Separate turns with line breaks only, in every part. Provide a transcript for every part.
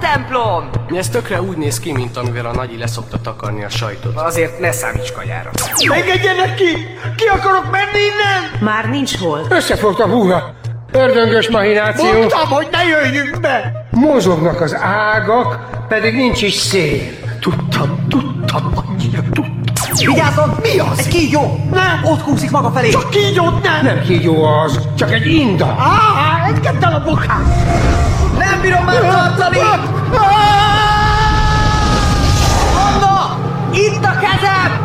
templom!
Ez tökre úgy néz ki, mint amivel a nagyi leszokta takarni a sajtot.
Azért ne számíts kajára.
Engedjenek ki! Ki akarok menni innen?
Már nincs hol.
Összefogt a húra. Ördöngös mahináció.
Mondtam, hogy ne jöjjünk be!
Mozognak az ágak, pedig nincs is szél.
Tudtam, tudtam, annyira tudtam.
Vigyázzon!
Mi az?
Egy kígyó!
Ne!
Ott húzik maga felé!
Csak kígyót nem!
Nem kígyó az, csak egy inda.
Á, engedd el a bokát!
Nem bírom már tartani! Anna! Itt a kezem!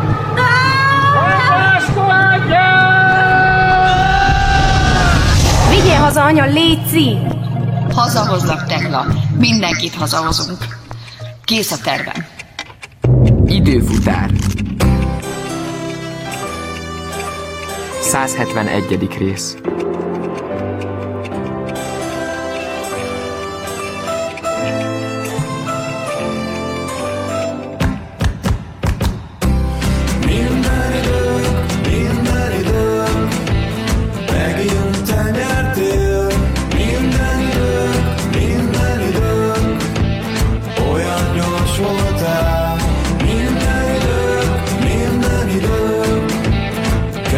Vigyél haza, anya, léci!
Hazahozlak, Tekla. Mindenkit hazahozunk. Kész a tervem.
Időfutár 171. rész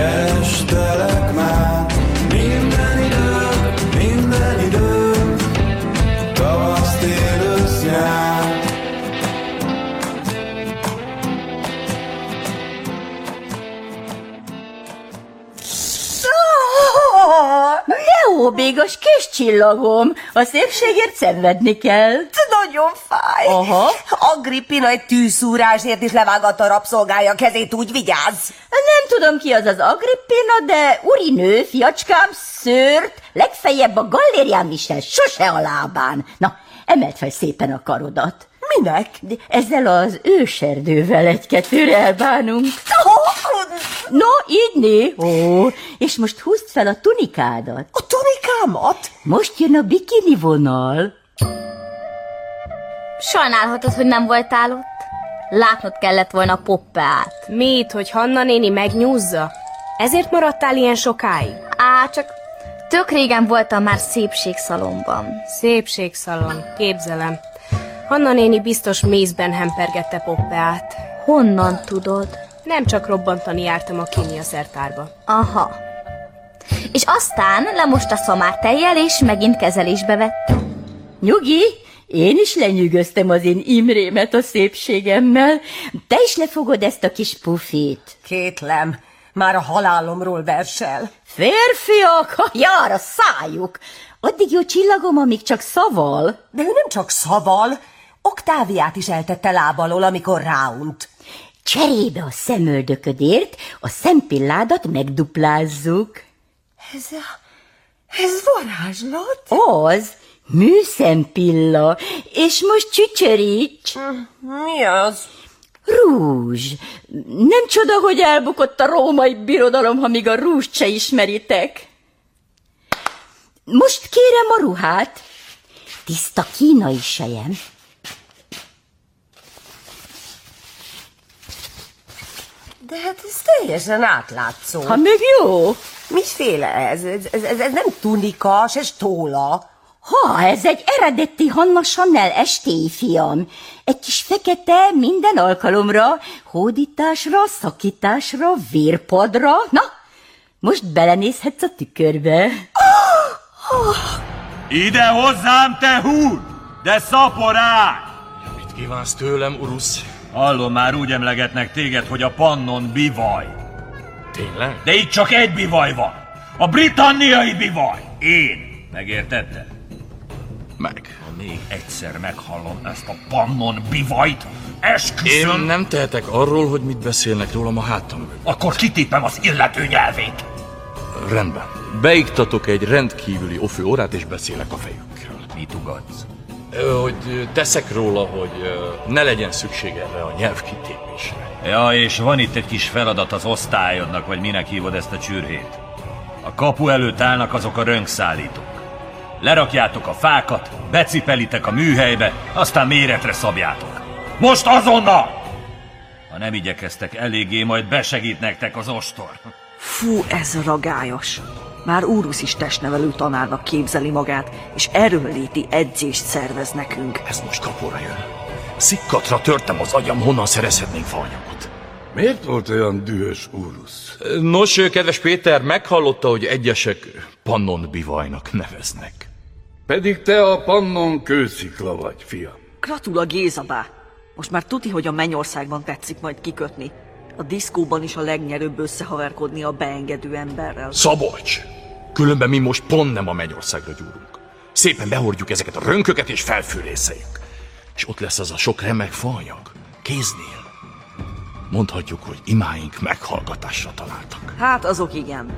Kerestelek már minden időm, minden időm, tavasz, tél, ősz, nyár.
Jó, bégos kis csillagom, a szépségért szenvedni kell.
Nagyon fáj.
Aha.
Agrippina egy tűszúrásért is levágatta a rabszolgája kezét, úgy vigyázz.
Nem tudom ki az az Agrippina, de urinő, fiacskám, szőrt, legfeljebb a gallérián visel, sose a lábán. Na, emeld fel szépen a karodat.
Minek?
De ezzel az őserdővel egy-kettőre elbánunk. No, így né. Ó, és most húzd fel a tunikádat.
A tunikámat?
Most jön a bikini vonal.
Sajnálhatod, hogy nem voltál ott. Látnod kellett volna Poppát.
Mit, hogy Hanna néni megnyúzza? Ezért maradtál ilyen sokáig?
Á, csak tök régen voltam már szépségszalomban.
Szépségszalon, képzelem. Hanna néni biztos mézben hempergette Poppeát.
Honnan tudod?
Nem csak robbantani jártam a kémia szertárba.
Aha. És aztán lemosta szamár tejjel, és megint kezelésbe vett.
Nyugi, én is lenyűgöztem az én Imrémet a szépségemmel. Te is lefogod ezt a kis pufit.
Kétlem, már a halálomról versel.
Férfiak, ha jár a szájuk! Addig jó csillagom, amíg csak szaval.
De ő nem csak szaval, Oktáviát is eltette lábalól, amikor ráunt.
Cserébe a szemöldöködért a szempilládat megduplázzuk.
Ez, ez varázslat?
Az műszempilla, és most csücsöríts.
Mi az?
Rúzs. Nem csoda, hogy elbukott a római birodalom, ha még a rúzst se ismeritek. Most kérem a ruhát. Tiszta kínai sejem.
De hát ez teljesen átlátszó.
Ha még jó.
Miféle ez? Ez, ez, ez, ez nem tunika, se stóla.
Ha, ez egy eredeti Hanna Chanel estély, fiam. Egy kis fekete minden alkalomra, hódításra, szakításra, vérpadra. Na, most belenézhetsz a tükörbe.
Ide hozzám, te húr! De szaporák!
Mit kívánsz tőlem, urusz?
Hallom, már úgy emlegetnek téged, hogy a pannon bivaj.
Tényleg?
De itt csak egy bivaj van. A britanniai bivaj. Én. Megértette?
Meg.
Ha még egyszer meghallom ezt a pannon bivajt, esküszöm...
Én nem tehetek arról, hogy mit beszélnek rólam a hátam mögött.
Akkor kitépem az illető nyelvét.
Rendben. Beiktatok egy rendkívüli ofő órát, és beszélek a fejükkel.
Mit ugatsz?
hogy teszek róla, hogy ne legyen szükség erre a nyelvkitépésre.
Ja, és van itt egy kis feladat az osztályodnak, vagy minek hívod ezt a csürhét. A kapu előtt állnak azok a rönkszállítók. Lerakjátok a fákat, becipelitek a műhelybe, aztán méretre szabjátok. Most azonnal! Ha nem igyekeztek eléggé, majd besegít nektek az ostor.
Fú, ez ragályos. Már Úrusz is testnevelő tanárnak képzeli magát, és erőlléti edzést szervez nekünk.
Ez most kapóra jön. Szikkatra törtem az agyam, honnan szerezhetnénk faanyagot.
Miért volt olyan dühös úrusz?
Nos, kedves Péter, meghallotta, hogy egyesek pannon bivajnak neveznek.
Pedig te a pannon kőszikla vagy, fiam.
Gratula Gézabá! Most már tuti, hogy a Mennyországban tetszik majd kikötni. A diszkóban is a legnyerőbb összehaverkodni a beengedő emberrel.
Szabolcs! Különben mi most pont nem a Mennyországra gyúrunk. Szépen behordjuk ezeket a rönköket és felfűrészeljük. És ott lesz az a sok remek faanyag. Kéznél. Mondhatjuk, hogy imáink meghallgatásra találtak.
Hát azok igen.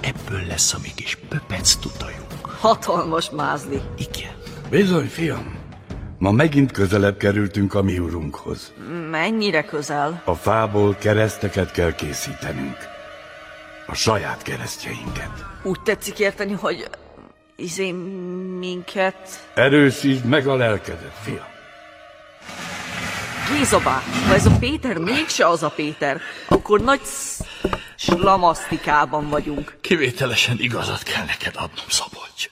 Ebből lesz a mi kis pöpec tutajuk.
Hatalmas mázli.
Bizony, fiam. Ma megint közelebb kerültünk a mi urunkhoz.
Mennyire közel?
A fából kereszteket kell készítenünk. A saját keresztjeinket.
Úgy tetszik érteni, hogy... Izé minket...
Erősítsd meg a lelkedet, fiam.
Gézabá, ha ez a Péter mégse az a Péter, akkor nagy sz- slamasztikában vagyunk.
Kivételesen igazat kell neked adnom, Szabolcs.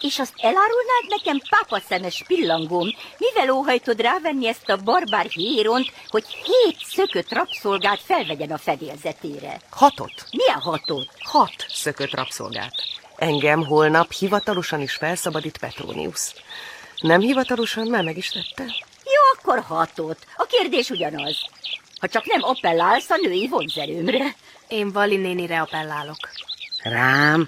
És azt elárulnád nekem, pápa szemes pillangóm, mivel óhajtod rávenni ezt a barbár híront, hogy hét szökött rabszolgát felvegyen a fedélzetére?
Hatot?
Milyen hatot?
Hat szökött rabszolgát. Engem holnap hivatalosan is felszabadít Petronius. Nem hivatalosan már meg is tette?
Jó, akkor hatot. A kérdés ugyanaz. Ha csak nem appellálsz a női vonzerőmre.
Én Vali nénire appellálok.
Rám?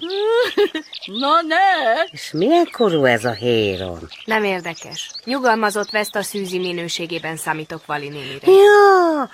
Na ne!
És milyen korú ez a héron?
Nem érdekes. Nyugalmazott veszt a szűzi minőségében számítok Vali nénire.
Ja,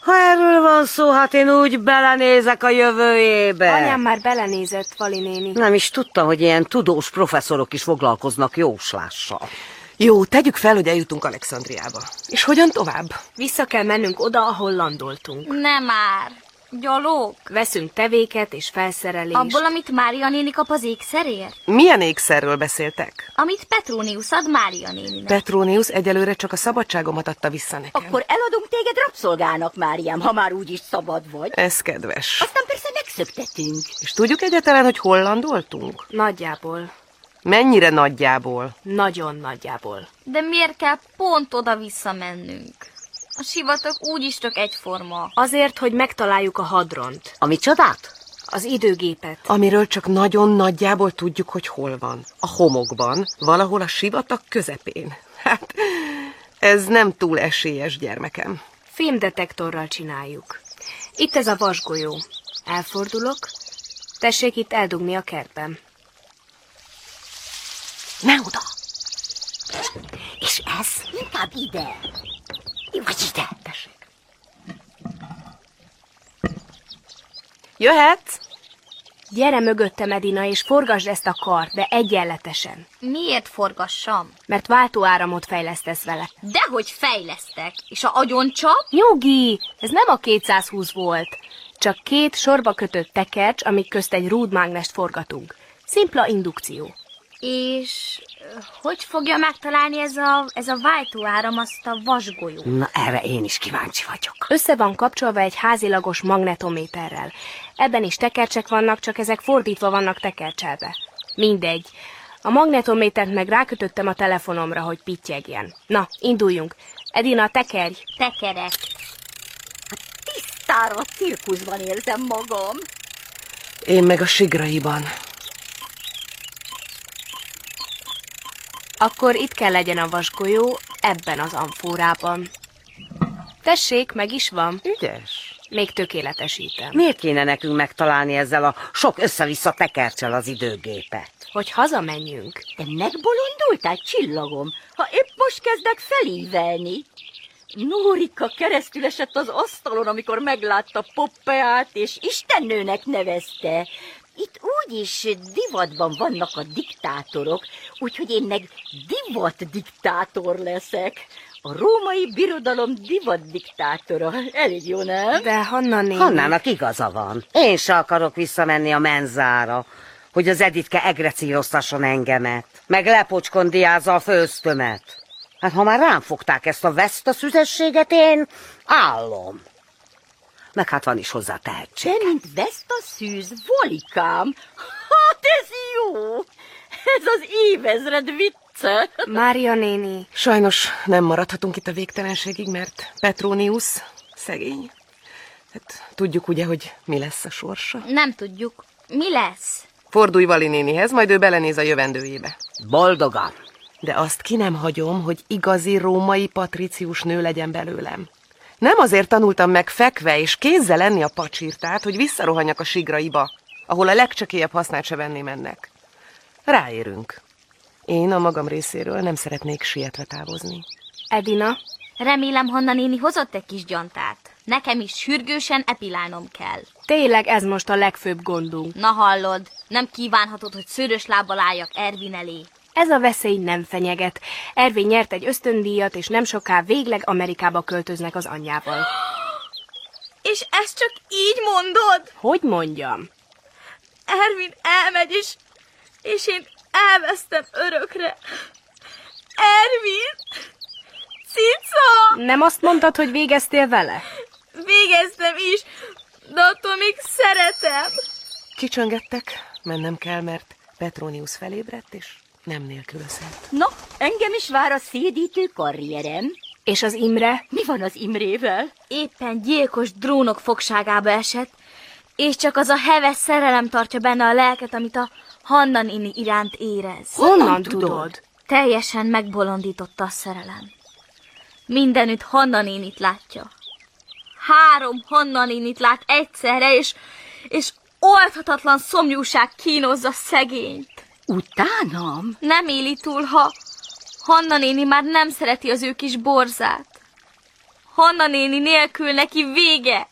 ha erről van szó, hát én úgy belenézek a jövőjébe.
Anyám már belenézett, Vali néni.
Nem is tudta, hogy ilyen tudós professzorok is foglalkoznak jóslással.
Jó, tegyük fel, hogy eljutunk Alexandriába. És hogyan tovább?
Vissza kell mennünk oda, ahol landoltunk.
Nem már. Gyalog.
Veszünk tevéket és felszerelést.
Abból, amit Mária néni kap az ékszerért?
Milyen ékszerről beszéltek?
Amit Petrónius ad Mária néninek.
Petronius egyelőre csak a szabadságomat adta vissza nekem.
Akkor eladunk téged rabszolgának, Máriám, ha már úgyis szabad vagy.
Ez kedves.
Aztán persze megszöktetünk.
És tudjuk egyáltalán, hogy hol landoltunk?
Nagyjából.
Mennyire nagyjából?
Nagyon nagyjából.
De miért kell pont oda visszamennünk? A sivatag úgyis tök egyforma.
Azért, hogy megtaláljuk a hadront.
A micsodát?
Az időgépet.
Amiről csak nagyon nagyjából tudjuk, hogy hol van. A homokban, valahol a sivatag közepén. Hát, ez nem túl esélyes, gyermekem.
Fémdetektorral csináljuk. Itt ez a vasgolyó. Elfordulok. Tessék itt eldugni a kertben.
Ne oda!
És ez? Inkább ide. Vagy ide. Tessék.
Jöhetsz?
Gyere mögöttem, Edina, és forgasd ezt a kart, de egyenletesen.
Miért forgassam?
Mert váltóáramot fejlesztesz vele.
Dehogy fejlesztek. És a agyon csap?
Nyugi! Ez nem a 220 volt. Csak két sorba kötött tekercs, amik közt egy rúdmágnest forgatunk. Szimpla indukció.
És ö, hogy fogja megtalálni ez a, ez a váltóáram azt a vasgolyót?
Na erre én is kíváncsi vagyok.
Össze van kapcsolva egy házilagos magnetométerrel. Ebben is tekercsek vannak, csak ezek fordítva vannak tekercselve. Mindegy. A magnetométert meg rákötöttem a telefonomra, hogy pittyegjen. Na, induljunk. Edina, tekerj!
Tekerek.
Tisztára a cirkuszban érzem magam.
Én meg a sigraiban.
Akkor itt kell legyen a vasgolyó, ebben az amfórában. Tessék, meg is van.
Ügyes.
Még tökéletesítem.
Miért kéne nekünk megtalálni ezzel a sok össze-vissza tekercsel az időgépet?
Hogy hazamenjünk.
De megbolondultál, csillagom, ha épp most kezdek felívelni. Nórika keresztül esett az asztalon, amikor meglátta Poppeát, és istennőnek nevezte. Itt úgyis divatban vannak a diktátorok, úgyhogy én meg divat diktátor leszek. A római birodalom divat diktátora. Elég jó, nem?
De Hanna néni...
Hannának igaza van. Én se akarok visszamenni a menzára, hogy az Editke egrecíroztasson engemet, meg lepocskondiázza a főztömet. Hát ha már rám fogták ezt a veszta szüzességet, én állom.
meg hát van is hozzá tehetség.
De mint veszt a szűz, volikám. Hát ez jó! Ez az évezred vicce.
Mária néni.
Sajnos nem maradhatunk itt a végtelenségig, mert Petronius szegény. Hát tudjuk ugye, hogy mi lesz a sorsa.
Nem tudjuk. Mi lesz?
Fordulj Vali nénihez, majd ő belenéz a jövendőjébe.
Boldogan!
De azt ki nem hagyom, hogy igazi római patricius nő legyen belőlem. Nem azért tanultam meg fekve és kézzel lenni a pacsirtát, hogy visszarohanjak a sigraiba, ahol a legcsekélyebb hasznát se venném ennek. Ráérünk. Én a magam részéről nem szeretnék sietve távozni.
Edina?
Remélem, Hanna néni hozott egy kis gyantát. Nekem is sürgősen epilálnom kell.
Tényleg ez most a legfőbb gondunk.
Na hallod, nem kívánhatod, hogy szőrös lábbal álljak Ervin elé.
Ez a veszély nem fenyeget. Ervin nyert egy ösztöndíjat, és nem soká végleg Amerikába költöznek az anyjával.
És ezt csak így mondod?
Hogy mondjam?
Ervin elmegy, és, és én elvesztem örökre. Ervin! Cica!
Nem azt mondtad, hogy végeztél vele?
Végeztem is, de attól még szeretem.
Kicsöngettek, mennem kell, mert Petronius felébredt, és nem nélkülözhet.
Na, engem is vár a szédítő karrierem.
És az Imre?
Mi van az Imrével?
Éppen gyilkos drónok fogságába esett, és csak az a heves szerelem tartja benne a lelket, amit a Hanna néni iránt érez.
Honnan tudod?
Teljesen megbolondította a szerelem. Mindenütt Hanna nénit látja. Három Hanna nénit lát egyszerre, és, és oldhatatlan szomjúság kínozza szegényt.
Utánam?
Nem éli túl, ha Hanna néni már nem szereti az ő kis borzát. Hanna néni nélkül neki vége.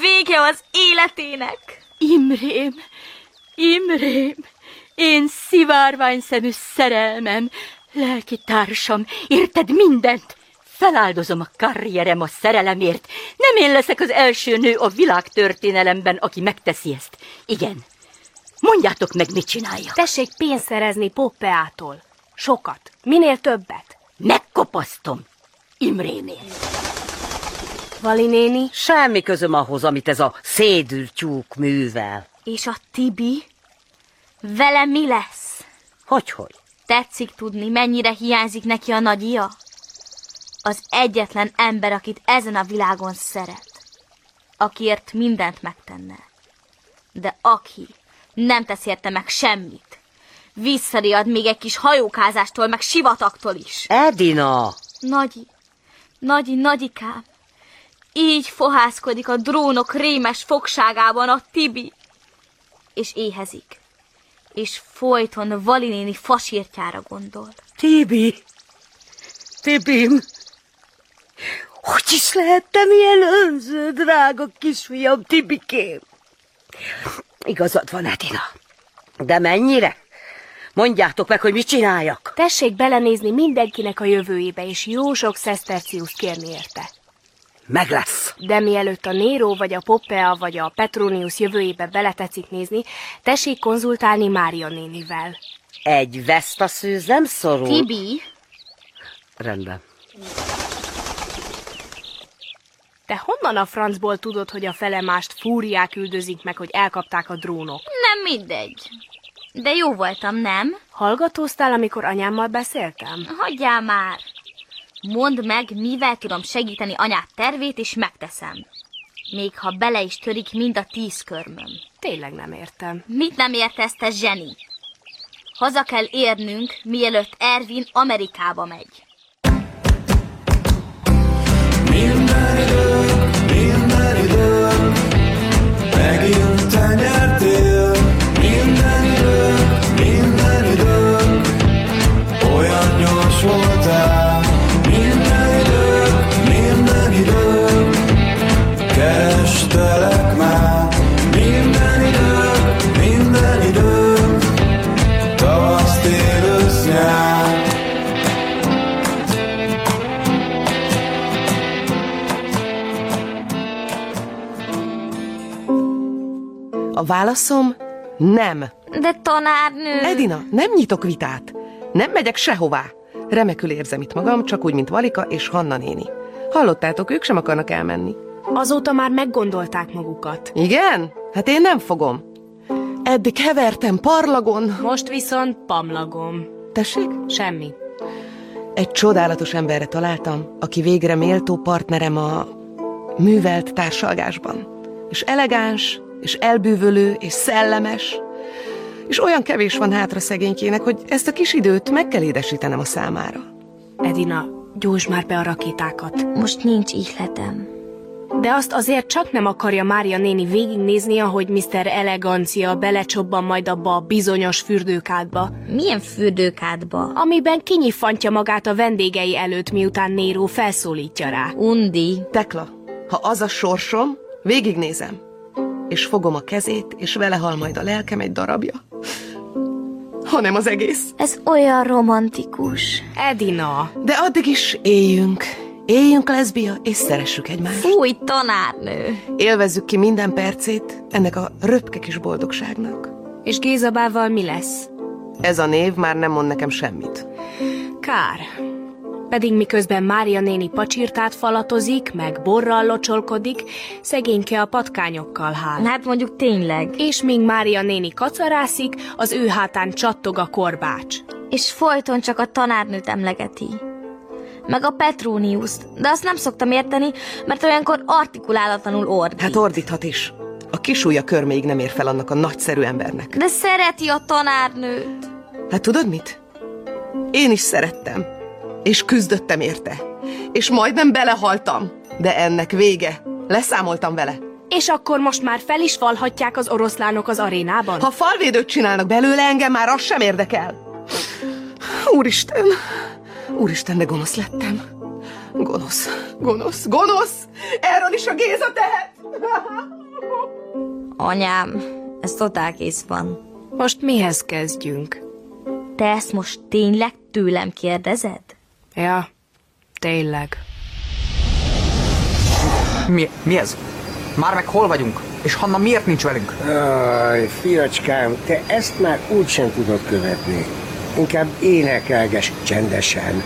Vége az életének.
Imrém, Imrém, én szivárvány szemű szerelmem, lelki társam, érted mindent? Feláldozom a karrierem a szerelemért. Nem én leszek az első nő a világ történelemben, aki megteszi ezt. Igen. Mondjátok meg, mit csináljak.
Tessék pénzt szerezni Poppeától. Sokat. Minél többet.
Megkopasztom. Imrémért.
Vali néni?
Semmi közöm ahhoz, amit ez a szédültyúk művel.
És a Tibi? Vele mi lesz?
Hogyhogy?
Tetszik tudni, mennyire hiányzik neki a nagyja? Az egyetlen ember, akit ezen a világon szeret. Akiért mindent megtenne. De aki nem tesz érte meg semmit, visszariad még egy kis hajókázástól, meg sivataktól is.
Edina!
Nagyi, nagyi, nagyikám, így fohászkodik a drónok rémes fogságában a Tibi. És éhezik. És folyton Valinéni fasírtjára gondol.
Tibi! Tibim! Hogy is lehettem ilyen önző, drága kisfiam, Tibikém? Igazad van, Edina. De mennyire? Mondjátok meg, hogy mit csináljak.
Tessék belenézni mindenkinek a jövőjébe, és jó sok szeszterciuszt kérni érte.
Meg lesz.
De mielőtt a Néró, vagy a Poppea, vagy a Petronius jövőjébe beletetszik nézni, tessék konzultálni Mária nénivel.
Egy vesztaszűz nem szorul.
Tibi?
Rendben.
Te honnan a francból tudod, hogy a felemást fúriák üldözik meg, hogy elkapták a drónok?
Nem mindegy. De jó voltam, nem?
Hallgatóztál, amikor anyámmal beszéltem?
Hagyjál már! Mondd meg, mivel tudom segíteni anyát tervét, és megteszem. Még ha bele is törik mind a tíz körmöm.
Tényleg nem értem.
Mit nem értesz, te zseni? Haza kell érnünk, mielőtt Ervin Amerikába megy.
Minden idő, megint te nyertél. Minden idő, minden idő, olyan gyors voltál. Minden idő, minden idő, kerestelek már. Minden idő, minden idő, tavasz, tél, ősz, nyár.
A válaszom nem.
De tanárnő...
Edina, nem nyitok vitát. Nem megyek sehová. Remekül érzem itt magam, csak úgy, mint Valika és Hanna néni. Hallottátok, ők sem akarnak elmenni.
Azóta már meggondolták magukat.
Igen? Hát én nem fogom. Eddig hevertem parlagon.
Most viszont pamlagom.
Tessék?
Semmi.
Egy csodálatos emberre találtam, aki végre méltó partnerem a művelt társalgásban. És elegáns, és elbűvölő, és szellemes. És olyan kevés van hátra szegénykének, hogy ezt a kis időt meg kell édesítenem a számára.
Edina, gyújtsd már be a rakétákat.
Most nincs ihletem.
De azt azért csak nem akarja Mária néni végignézni, ahogy Mr. Elegancia belecsobban majd abba a bizonyos fürdőkádba.
Milyen fürdőkádba?
Amiben kinyifantja magát a vendégei előtt, miután Néró felszólítja rá.
Undi.
Tekla, ha az a sorsom, végignézem. És fogom a kezét, és vele hal majd a lelkem egy darabja. Hanem az egész.
Ez olyan romantikus.
Edina.
De addig is éljünk. Éljünk, leszbia, és szeressük egymást.
Fúj, tanárnő!
Élvezzük ki minden percét ennek a röpke kis boldogságnak.
És Gézabával mi lesz?
Ez a név már nem mond nekem semmit.
Kár. Pedig miközben Mária néni pacsirtát falatozik, meg borral locsolkodik, szegényke a patkányokkal hál.
Hát mondjuk tényleg.
És míg Mária néni kacarászik, az ő hátán csattog a korbács.
És folyton csak a tanárnőt emlegeti. Meg a Petróniuszt, de azt nem szoktam érteni, mert olyankor artikulálatlanul ordít.
Hát ordíthat is. A kis ujja körméig nem ér fel annak a nagyszerű embernek.
De szereti a tanárnőt.
Hát tudod mit? Én is szerettem. És küzdöttem érte. És majdnem belehaltam. De ennek vége. Leszámoltam vele.
És akkor most már fel is valhatják az oroszlánok az arénában?
Ha falvédőt csinálnak belőle, engem már az sem érdekel. Úristen! Úristen, de gonosz lettem. Gonosz, gonosz, gonosz! Erről is a Géza tehet!
Anyám, ez totál kész van.
Most mihez kezdjünk?
Te ezt most tényleg tőlem kérdezed?
Ja, tényleg.
Mi, mi ez? Már meg hol vagyunk? És Hanna miért nincs velünk?
Aj, fiacskám, te ezt már úgysem tudod követni. Inkább énekelges csendesen.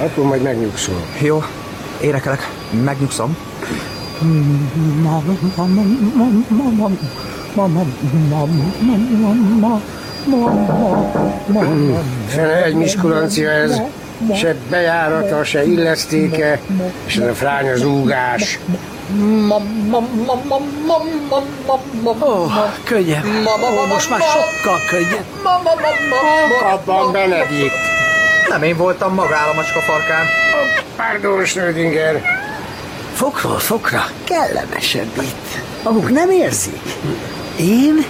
Akkor majd megnyugszol.
Jó, énekelek. Megnyugszom.
Fene egy miskulancia ez. Se bejárata, se illesztéke, és ez a fránya zúgás.
Ó, könnyebb. Ó, most már sokkal könnyebb.
Abban Benedikt.
Nem én voltam magára a macska farkán.
Pardon, Schrödinger.
Fokról fokra kellemesebb itt. Maguk nem érzik? Én,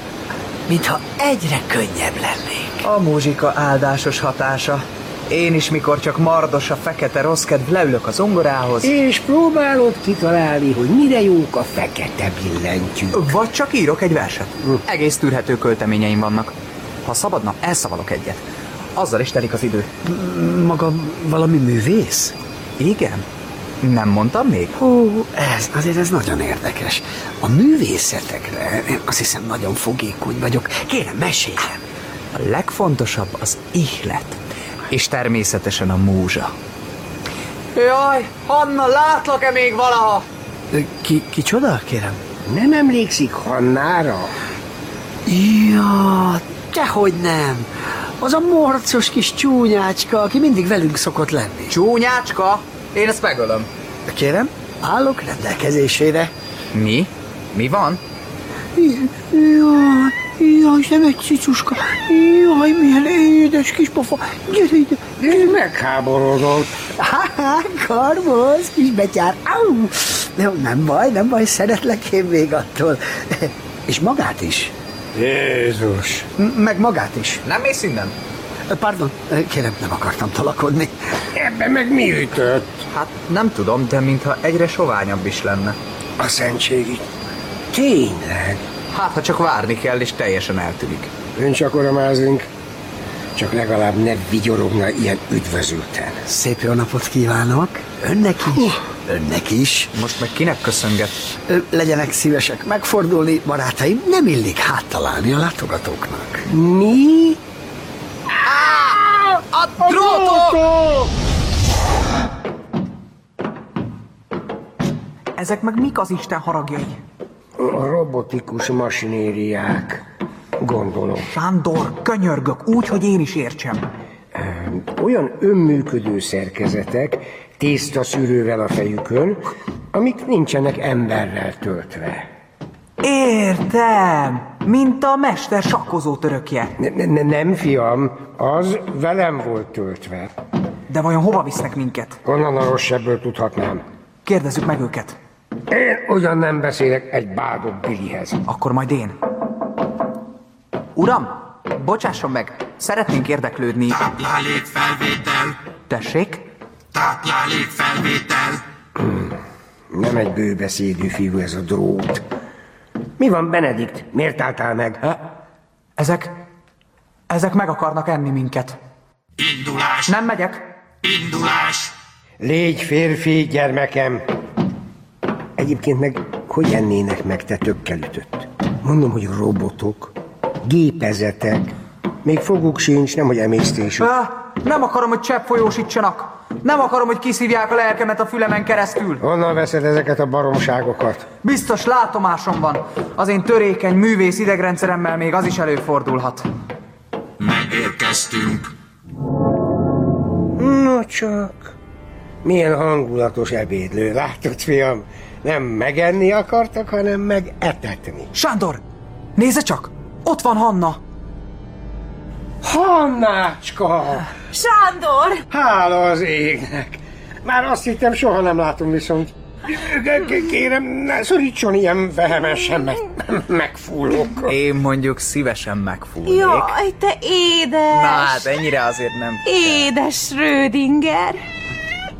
mintha egyre könnyebb lennék. A muzsika áldásos hatása. Én is, mikor csak mardos a fekete rosszkedv, leülök az zongorához.
És próbálod kitalálni, hogy mire jók a fekete billentyű.
Vagy csak írok egy verset.
Hm.
Egész tűrhető költeményeim vannak. Ha szabadna, elszavalok egyet. Azzal is telik az idő. Maga valami művész? Igen. Nem mondtam még?
Hú, ez, azért ez nagyon érdekes. A művészetekre én azt hiszem nagyon fogékony vagyok. Kérem, meséljen!
A legfontosabb az ihlet. És természetesen a múzsa. Jaj, Hanna, látlak-e még valaha? Ki, ki csoda, kérem?
Nem emlékszik Hannára?
Ja, dehogy nem. Az a morcos kis csúnyácska, aki mindig velünk szokott lenni. Csúnyácska? Én ezt megölöm. Kérem, állok rendelkezésére. Mi? Mi van?
Jaj, jaj, nem egy cicuska. Jaj, milyen édes kis pofa. Gyere ide.
Ő megháborodott.
Há, karmoz, kis betyár. Au! Nem, nem baj, nem baj, szeretlek én még attól. És magát is.
Jézus!
M- Meg magát is.
Nem mész innen?
Pardon, kérem, nem akartam talakodni.
Ebben meg mi ütött?
Hát nem tudom, de mintha egyre soványabb is lenne.
A szentségi. Tényleg?
Hát, ha csak várni kell, és teljesen eltűnik.
Ön csak oramázunk. Csak legalább ne vigyorogna ilyen üdvözülten.
Szép jó napot kívánok. Önnek is. Önnek is.
Most meg kinek köszönget?
Ö, Legyenek szívesek megfordulni, barátaim, nem illik háttalálni a látogatóknak.
Mi?
A drótok!
Ez
ezek meg mik az Isten haragjai?
A robotikus masinériák, gondolom.
Sándor, könyörgök úgy, hogy én is értsem.
Olyan önműködő szerkezetek, tészta szűrővel a fejükön, amik nincsenek emberrel töltve.
Értem! Mint a mester sakkozó törökje.
Ne, ne, ne, nem, fiam, az velem volt töltve.
De vajon hova visznek minket?
Honnan a rossz ebből tudhatnám?
Kérdezzük meg őket.
Én ugyan nem beszélek egy bádog bilihez.
Akkor majd én. Uram, bocsásson meg, szeretnénk érdeklődni.
Táplálék felvétel,
Tessék?
táplálék felvétel,
Nem egy bőbeszédű fiú ez a drót. Mi van, Benedikt? Miért álltál meg?
Ezek... Ezek meg akarnak enni minket.
Indulás!
Nem megyek.
indulás,
Légy férfi, gyermekem! Egyébként meg hogy ennének meg, te tökkel ütött? Mondom, hogy robotok, gépezetek, még foguk sincs, nem hogy emésztésük.
Á, nem akarom, hogy csepp folyósítsanak. Nem akarom, hogy kiszívják a lelkemet a fülemen keresztül.
Honnan veszed ezeket a baromságokat?
Biztos látomásom van. Az én törékeny művész idegrendszeremmel még az is előfordulhat.
megérkeztünk.
No csak, milyen hangulatos ebédlő, látod, fiam? Nem megenni akartak, hanem megetetni.
Sándor, nézze csak! Ott van Hanna!
Hannácska!
Sándor!
Hála az égnek! Már azt hittem, soha nem látom viszont. K- k- Kérem, ne szorítson ilyen vehemesen, meg, megfúlok.
Én mondjuk szívesen megfújnék.
Jaj, te édes!
Na hát, ennyire azért nem.
Édes Rödinger!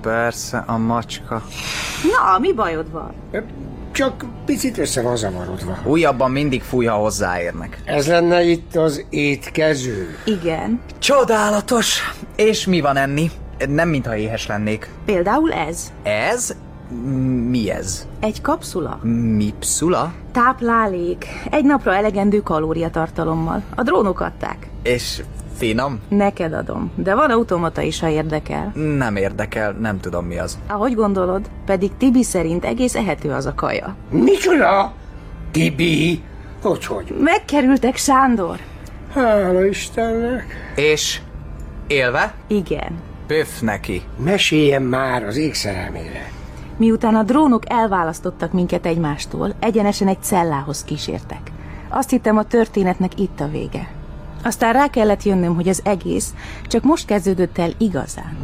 Persze, a macska.
Na, mi bajod van?
Csak picit össze van zavarodva.
Újabban mindig fúj, ha hozzáérnek.
Ez lenne itt az étkező.
Igen.
Csodálatos! És mi van enni? Nem mintha éhes lennék.
Például ez.
Ez? M- Mi ez?
Egy kapszula.
Mipszula?
Táplálék. Egy napra elegendő kalóriatartalommal. A drónok adták.
És finom?
Neked adom. De van automata is, ha érdekel.
Nem érdekel, nem tudom mi az.
Ahogy gondolod, pedig Tibi szerint egész ehető az a kaja.
Micsoda? Tibi? Hogy hogy?
Megkerültek, Sándor?
Hála Istennek.
És élve?
Igen.
Pöf neki.
Meséljen már az ékszerelmére.
Miután a drónok elválasztottak minket egymástól, egyenesen egy cellához kísértek. Azt hittem, a történetnek itt a vége. Aztán rá kellett jönnöm, hogy az egész csak most kezdődött el igazán.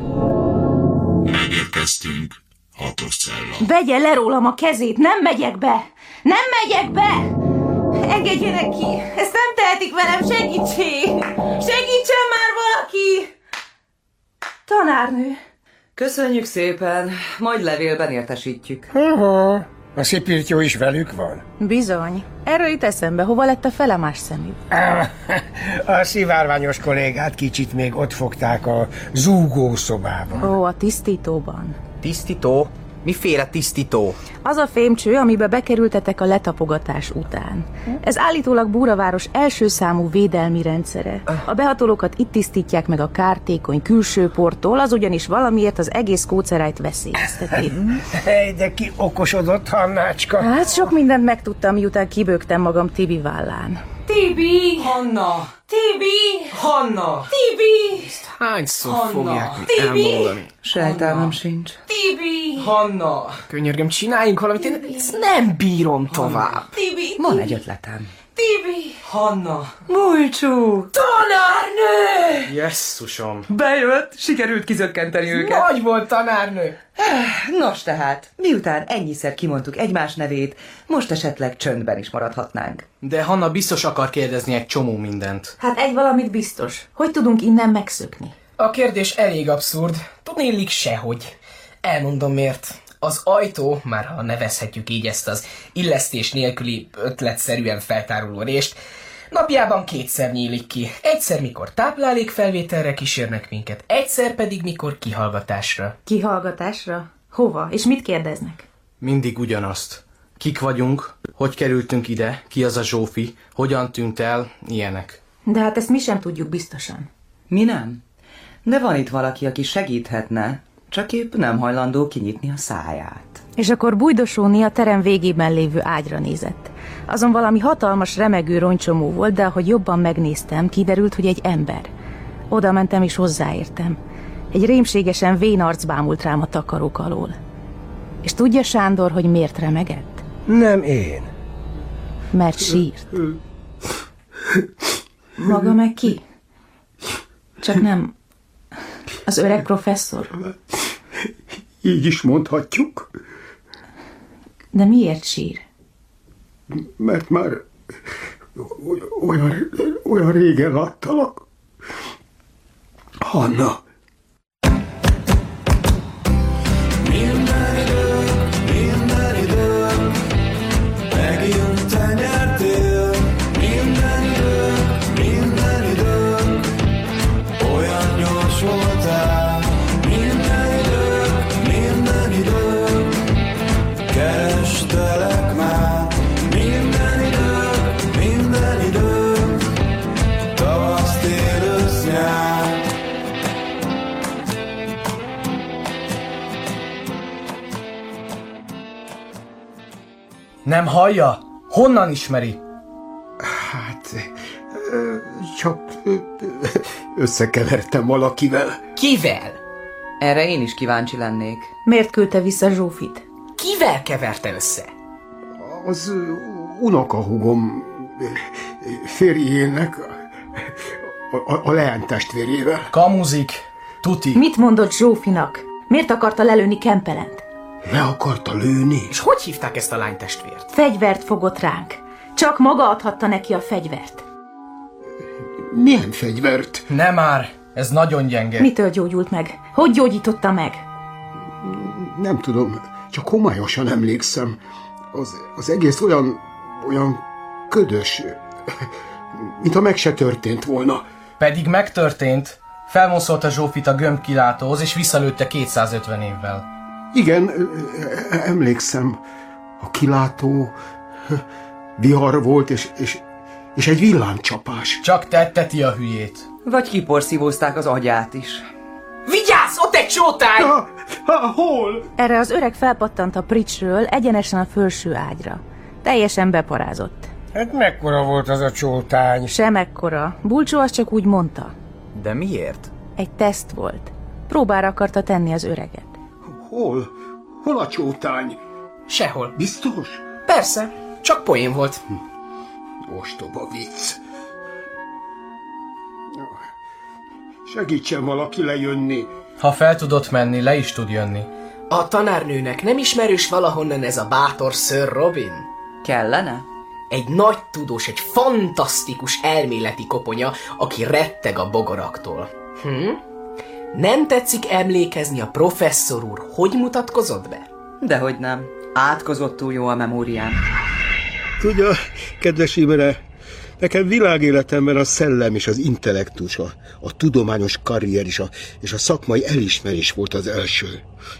Megérkeztünk. Hatos cella.
Vegye le rólam a kezét, nem megyek be! Nem megyek be! Engedjenek ki! Ezt nem tehetik velem, segítség! Segítsen már valaki! Tanárnő!
Köszönjük szépen, majd levélben értesítjük.
Aha. A szipirtyó is velük van.
Bizony. Erről itt eszembe, hova lett a felemás szemű?
A szivárványos kollégát kicsit még ott fogták a zúgó szobában.
Ó, a tisztítóban.
Tisztító? Miféle tisztító?
Az a fémcső, amibe bekerültetek a letapogatás után. Ez állítólag Búraváros első számú védelmi rendszere. A behatolókat itt tisztítják meg a kártékony külső portól, az ugyanis valamiért az egész kócerájt veszélyezteti.
Hely, de ki okosodott, Hannácska?
Hát sok mindent megtudtam, miután kibőgtem magam Tibi vállán.
Tibi! Hanna!
Tibi!
Hanna!
Tibi!
Hányszor
Hanna! fogják mi elmondani?
Sejtelmem sincs.
Tibi!
Hanna!
Könyörgöm, csináljunk valamit, én ezt nem bírom tovább.
Tibi!
Van egy ötletem.
Tibi!
Hanna!
Múlcsú!
Tanárnő!
Jesszusom!
Bejött, sikerült kizökkenteni őket. Eh,
Nagy volt tanárnő!
Nos tehát, miután ennyiszer kimondtuk egymás nevét, most esetleg csöndben is maradhatnánk.
De Hanna biztos akar kérdezni egy csomó mindent.
Hát egy valamit biztos. Hogy tudunk innen megszökni?
A kérdés elég abszurd. Tudnélik sehogy. Elmondom miért. Az ajtó, már ha nevezhetjük így ezt az illesztés nélküli ötletszerűen feltáruló rést, napjában kétszer nyílik ki. Egyszer, mikor táplálékfelvételre kísérnek minket, egyszer pedig, mikor kihallgatásra.
Kihallgatásra? Hova? És mit kérdeznek?
Mindig ugyanazt. Kik vagyunk, hogy kerültünk ide, ki az a Zsófi, hogyan tűnt el, ilyenek.
De hát ezt mi sem tudjuk biztosan.
Mi nem? De van itt valaki, aki segíthetne, csak épp nem hajlandó kinyitni a száját.
És akkor bújdosóni a terem végében lévő ágyra nézett. Azon valami hatalmas remegő roncsomó volt, de ahogy jobban megnéztem, kiderült, hogy egy ember. Oda mentem és hozzáértem. Egy rémségesen vén arc bámult rám a takarók alól. És tudja Sándor, hogy miért remegett?
Nem én.
Mert sírt. Maga meg ki? Csak nem. Az öreg professzor.
Így is mondhatjuk,
De miért sír?
mert már oly- olyan, olyan régen láttalak. Hanna,
minden idők, megint te nyertél. Minden idők, minden idők, olyan gyors voltál. Minden idők, minden idők, kerestelek már. Minden idők, minden idők, tavasz, tél, ősz, nyár.
Nem hallja? Honnan ismeri?
Hát, ö, csak ö, ö, összekevertem valakivel.
Kivel? Erre én is kíváncsi lennék.
Miért küldte vissza Zsófit?
Kivel keverte össze?
Az ö, unokahúgom ö, férjének, a, a, a leánytestvérével.
Kamuzik, tuti.
Mit mondott Zsófinak? Miért akarta lelőni Kempelent?
Le akarta lőni.
És hogy hívták ezt a lánytestvért?
Fegyvert fogott ránk. Csak maga adhatta neki a fegyvert.
Milyen fegyvert?
Nem már, ez nagyon gyenge.
Mitől gyógyult meg? Hogy gyógyította meg?
Nem tudom, csak homályosan emlékszem. Az, az egész olyan, olyan ködös, mintha meg se történt volna.
Pedig megtörtént, felmoszolta Zsófit a gömbkilátóhoz, és visszalőtte 250 évvel.
Igen, ö, ö, emlékszem, a kilátó ö, vihar volt, és, és, és egy villámcsapás.
Csak tetteti a hülyét.
Vagy kiporszívózták az agyát is.
Vigyázz, ott egy csótány!
Ha, ha, hol?
Erre az öreg felpattant a pricsről egyenesen a felső ágyra. Teljesen beparázott.
Hát mekkora volt az a csótány?
Sem ekkora. Bulcsó azt csak úgy mondta.
De miért?
Egy teszt volt. Próbára akarta tenni az öreget.
Hol? Hol a csótány?
Sehol.
Biztos? Hm.
Persze, csak poén volt.
Ostoba vicc. Segítsen valaki lejönni.
Ha fel tudott menni, le is tud jönni.
A tanárnőnek nem ismerős valahonnan ez a bátor Sir Robin?
Kellene?
Egy nagy tudós, egy fantasztikus elméleti koponya, aki retteg a bogoraktól. Hm? Nem tetszik emlékezni a professzor úr, hogy mutatkozott be?
Dehogy nem. Átkozott túl jó a memóriám.
Tudja, kedves Imre, nekem világéletemben a szellem és az intellektus, a, a tudományos karrier és a, és a szakmai elismerés volt az első.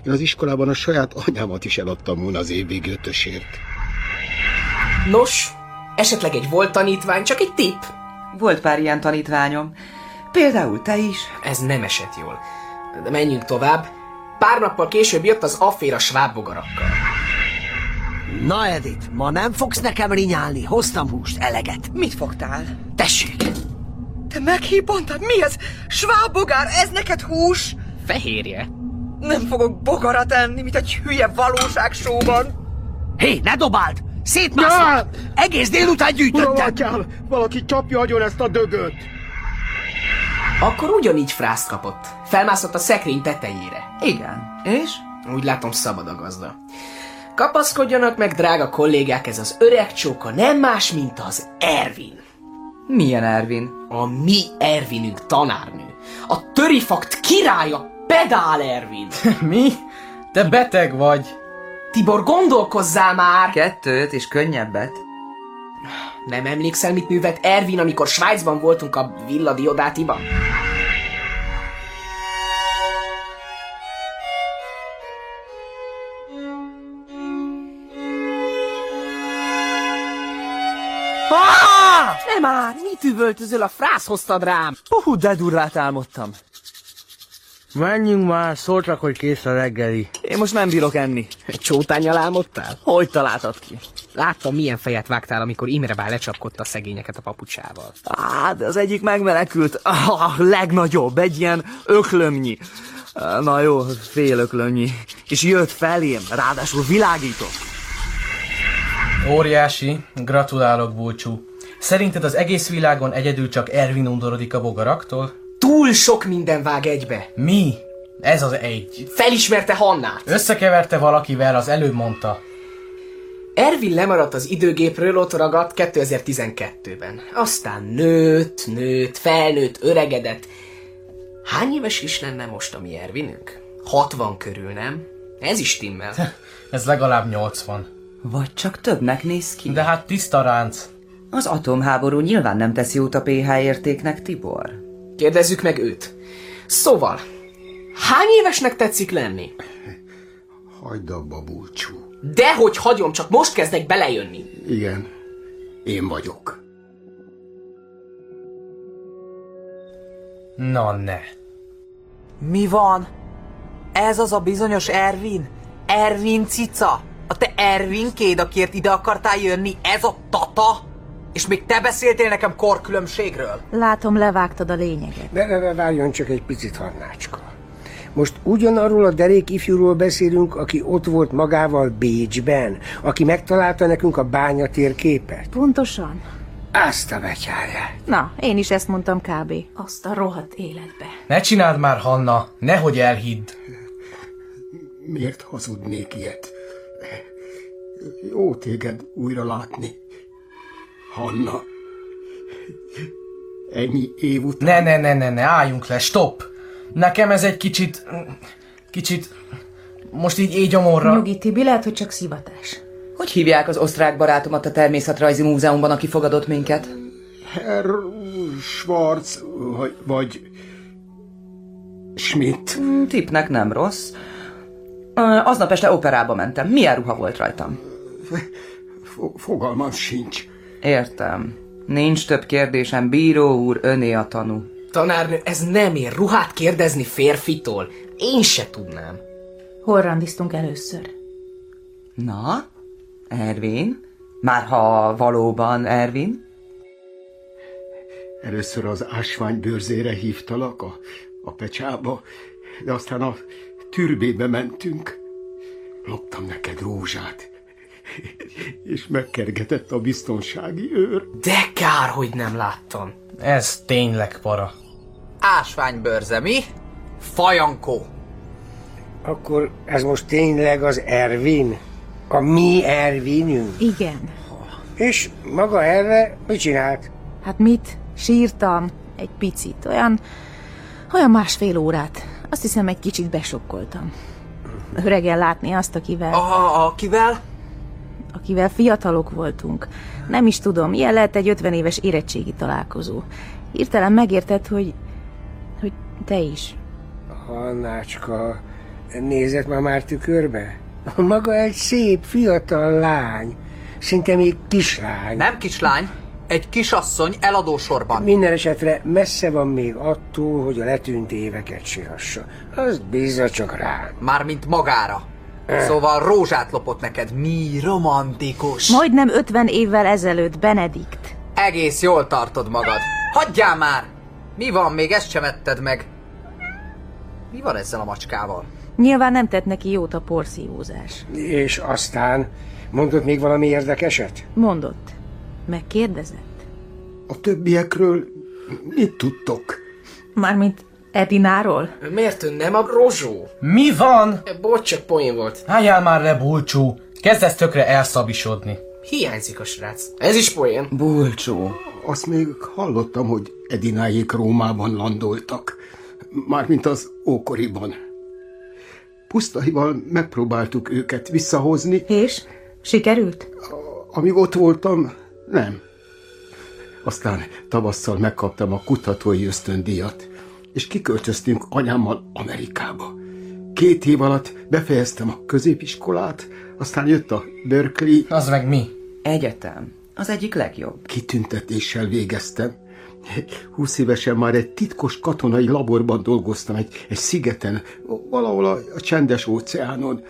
Én az iskolában a saját anyámat is eladtam volna az évvégi ötösért.
Nos, esetleg egy volt tanítvány, csak egy tipp.
Volt pár ilyen tanítványom. Például te is.
Ez nem esett jól. De menjünk tovább. Pár nappal később jött az affér a sváb bogarakkal.
Na,
e-
Edith, ma nem fogsz nekem rinyálni. Hoztam húst, eleget.
Mit fogtál?
Tessék!
Te meghibbantad? Mi ez? Svábogár, ez neked hús?
Fehérje.
Nem fogok bogarat enni, mint egy hülye valóságsóban.
Hé, ne dobáld! Szétmászlak! Egész délután gyűjtöttem!
Uravatyám, valaki csapja agyon ezt a dögöt!
Akkor ugyanígy frászt kapott. Felmászott a szekrény tetejére.
Igen. És?
Úgy látom, szabad a gazda. Kapaszkodjanak meg, drága kollégák, ez az öreg csóka nem más, mint az Ervin.
Milyen Ervin?
A mi Ervinünk tanárnő. A törifakt királya, pedál Ervin.
Mi? Te beteg vagy.
Tibor, gondolkozzál már!
Kettőt és könnyebbet.
Nem emlékszel, mit művelt Ervin, amikor Svájcban voltunk a villadiodátiban?
Nem már, mit üvöltözöl a frász hoztad rám? Puhu, de durvát álmodtam.
Menjünk már, szóltak, hogy kész a reggeli.
Én most nem bírok enni. Egy csótányjal álmodtál? Hogy találtad ki?
Láttam, milyen fejet vágtál, amikor Imre bá lecsapkodta a szegényeket a papucsával.
Á, de az egyik megmenekült. Ah, A legnagyobb, egy ilyen öklömnyi. Na jó, fél öklömnyi. És jött felém, ráadásul világított.
Óriási, gratulálok, Bulcsú. Szerinted az egész világon egyedül csak Ervin undorodik a bogaraktól?
Túl sok minden vág egybe.
Mi? Ez az egy.
Felismerte Hannát.
Összekeverte valakivel, az előbb mondta.
Ervin lemaradt az időgépről, ott ragadt 2012-ben. Aztán nőtt, nőtt, felnőtt, öregedett. Hány éves is lenne most a mi Ervinünk? 60 körül, nem? Ez is timmel.
Ez legalább 80.
Vagy csak többnek néz ki.
De hát tiszta ránc.
Az atomháború nyilván nem teszi út a PH értéknek, Tibor.
Kérdezzük meg őt. Szóval, hány évesnek tetszik lenni?
Hagyd abba, búcsú.
Dehogy hagyom, csak most kezdek belejönni.
Igen, én vagyok.
Na ne.
Mi van? Ez az a bizonyos Ervin? Ervin cica? A te Ervinkéd, akiért ide akartál jönni, ez a tata? És még te beszéltél nekem korkülönbségről?
Látom, levágtad a lényeget.
De, de, de várjon csak egy picit, Hannácska. Most ugyanarról a derék ifjúról beszélünk, aki ott volt magával Bécsben, aki megtalálta nekünk a bánya térképet.
Pontosan.
Azt a betyárját.
Na, én is ezt mondtam kb. Azt a rohadt életbe.
Ne csináld már, Hanna, nehogy elhidd.
Miért hazudnék ilyet? Jó téged újra látni. Hanna. Ennyi év után...
Ne, ne, ne, ne, ne, álljunk le, stop! Nekem ez egy kicsit... Kicsit... Most így így gyomorra...
Nyugi, Tibi, lehet, hogy csak szivatás.
Hogy hívják az osztrák barátomat a természetrajzi múzeumban, aki fogadott minket?
Herr Schwarz, vagy, vagy Schmidt.
Mm, Tipnek nem rossz. Ö, Aznap este operába mentem. Milyen ruha volt rajtam?
Fo- Fogalmam sincs.
Értem. Nincs több kérdésem, bíró úr, öné a tanú.
Tanárnő, ez nem ér. Ruhát kérdezni férfitól. Én se tudnám.
Hol randiztunk először?
Na, Ervin? Már ha valóban Ervin?
Először az ásvány bőrzére hívtalak, a, a pecsába, de aztán a türbébe mentünk. Loptam neked rózsát, és megkergetett a biztonsági őr.
De kár, hogy nem láttam.
Ez tényleg para.
Ásványbőrze, mi? Fajankó.
Akkor ez most tényleg az Ervin? A mi Ervinünk?
Igen.
És maga erre mit csinált?
Hát mit? Sírtam egy picit, olyan, olyan másfél órát. Azt hiszem, egy kicsit besokkoltam. Öregen látni azt, akivel...
A, akivel?
akivel fiatalok voltunk. Nem is tudom, ilyen lehet egy 50 éves érettségi találkozó. Hirtelen megérted, hogy, hogy te is.
Hannácska, nézett ma már tükörbe? Maga egy szép, fiatal lány. Szinte még kislány.
Nem kislány, egy kisasszony eladósorban.
Minden esetre messze van még attól, hogy a letűnt éveket sihassa. Azt bízza csak rám.
Mármint magára. Szóval rózsát lopott neked. Mi romantikus.
Majdnem 50 évvel ezelőtt, Benedikt.
Egész jól tartod magad. Hagyjál már! Mi van, még ezt sem etted meg? Mi van ezzel a macskával?
Nyilván nem tett neki jót a porszívózás.
És aztán mondott még valami érdekeset?
Mondott. Megkérdezett.
A többiekről mit tudtok?
Mármint Edináról?
Miért ön nem a rozsó?
Mi van?
Bocs, csak poén volt.
Álljál már le, Bulcsú! Kezdesz tökre elszabisodni.
Hiányzik a srác. Ez is poén.
Bulcsó. Azt még hallottam, hogy Edináék Rómában landoltak. Mármint az ókoriban. Pusztaival megpróbáltuk őket visszahozni.
És? Sikerült?
Amíg ott voltam, nem. Aztán tavasszal megkaptam a kutatói ösztöndíjat és kiköltöztünk anyámmal Amerikába. Két év alatt befejeztem a középiskolát, aztán jött a Berkeley.
Az meg mi?
Egyetem. Az egyik legjobb.
Kitüntetéssel végeztem, Húsz évesen már egy titkos katonai laborban dolgoztam, egy, egy szigeten, valahol a, a csendes óceánon.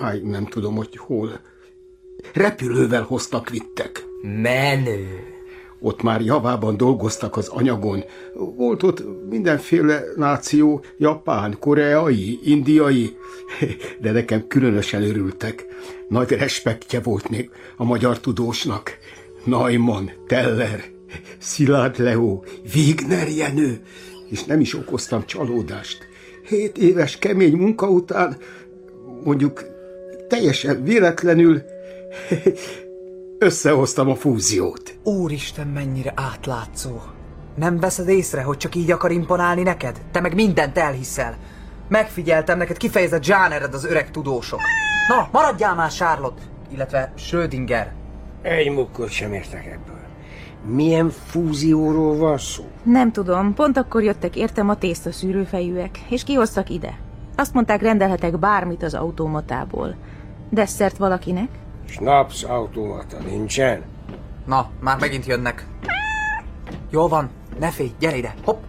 Már nem tudom, hogy hol. Repülővel hoztak vittek. Menő! Ott már javában dolgoztak az anyagon. Volt ott mindenféle náció, japán, koreai, indiai, de nekem különösen örültek. Nagy respektje volt még a magyar tudósnak. Naiman, Teller, Szilárd Leó, Wigner Jenő, és nem is okoztam csalódást. Hét éves kemény munka után, mondjuk teljesen véletlenül összehoztam a fúziót.
Úristen, mennyire átlátszó. Nem veszed észre, hogy csak így akar imponálni neked? Te meg mindent elhiszel. Megfigyeltem neked kifejezett zsánered az öreg tudósok. Na, maradjál már, Charlotte! Illetve Schrödinger.
Egy mukkot sem értek ebből. Milyen fúzióról van szó?
Nem tudom, pont akkor jöttek értem a tésztaszűrőfejűek, és kihoztak ide. Azt mondták, rendelhetek bármit az automatából. Desszert valakinek?
Snaps automata nincsen?
Na, már megint jönnek. Jól van, ne félj, gyere ide, hopp!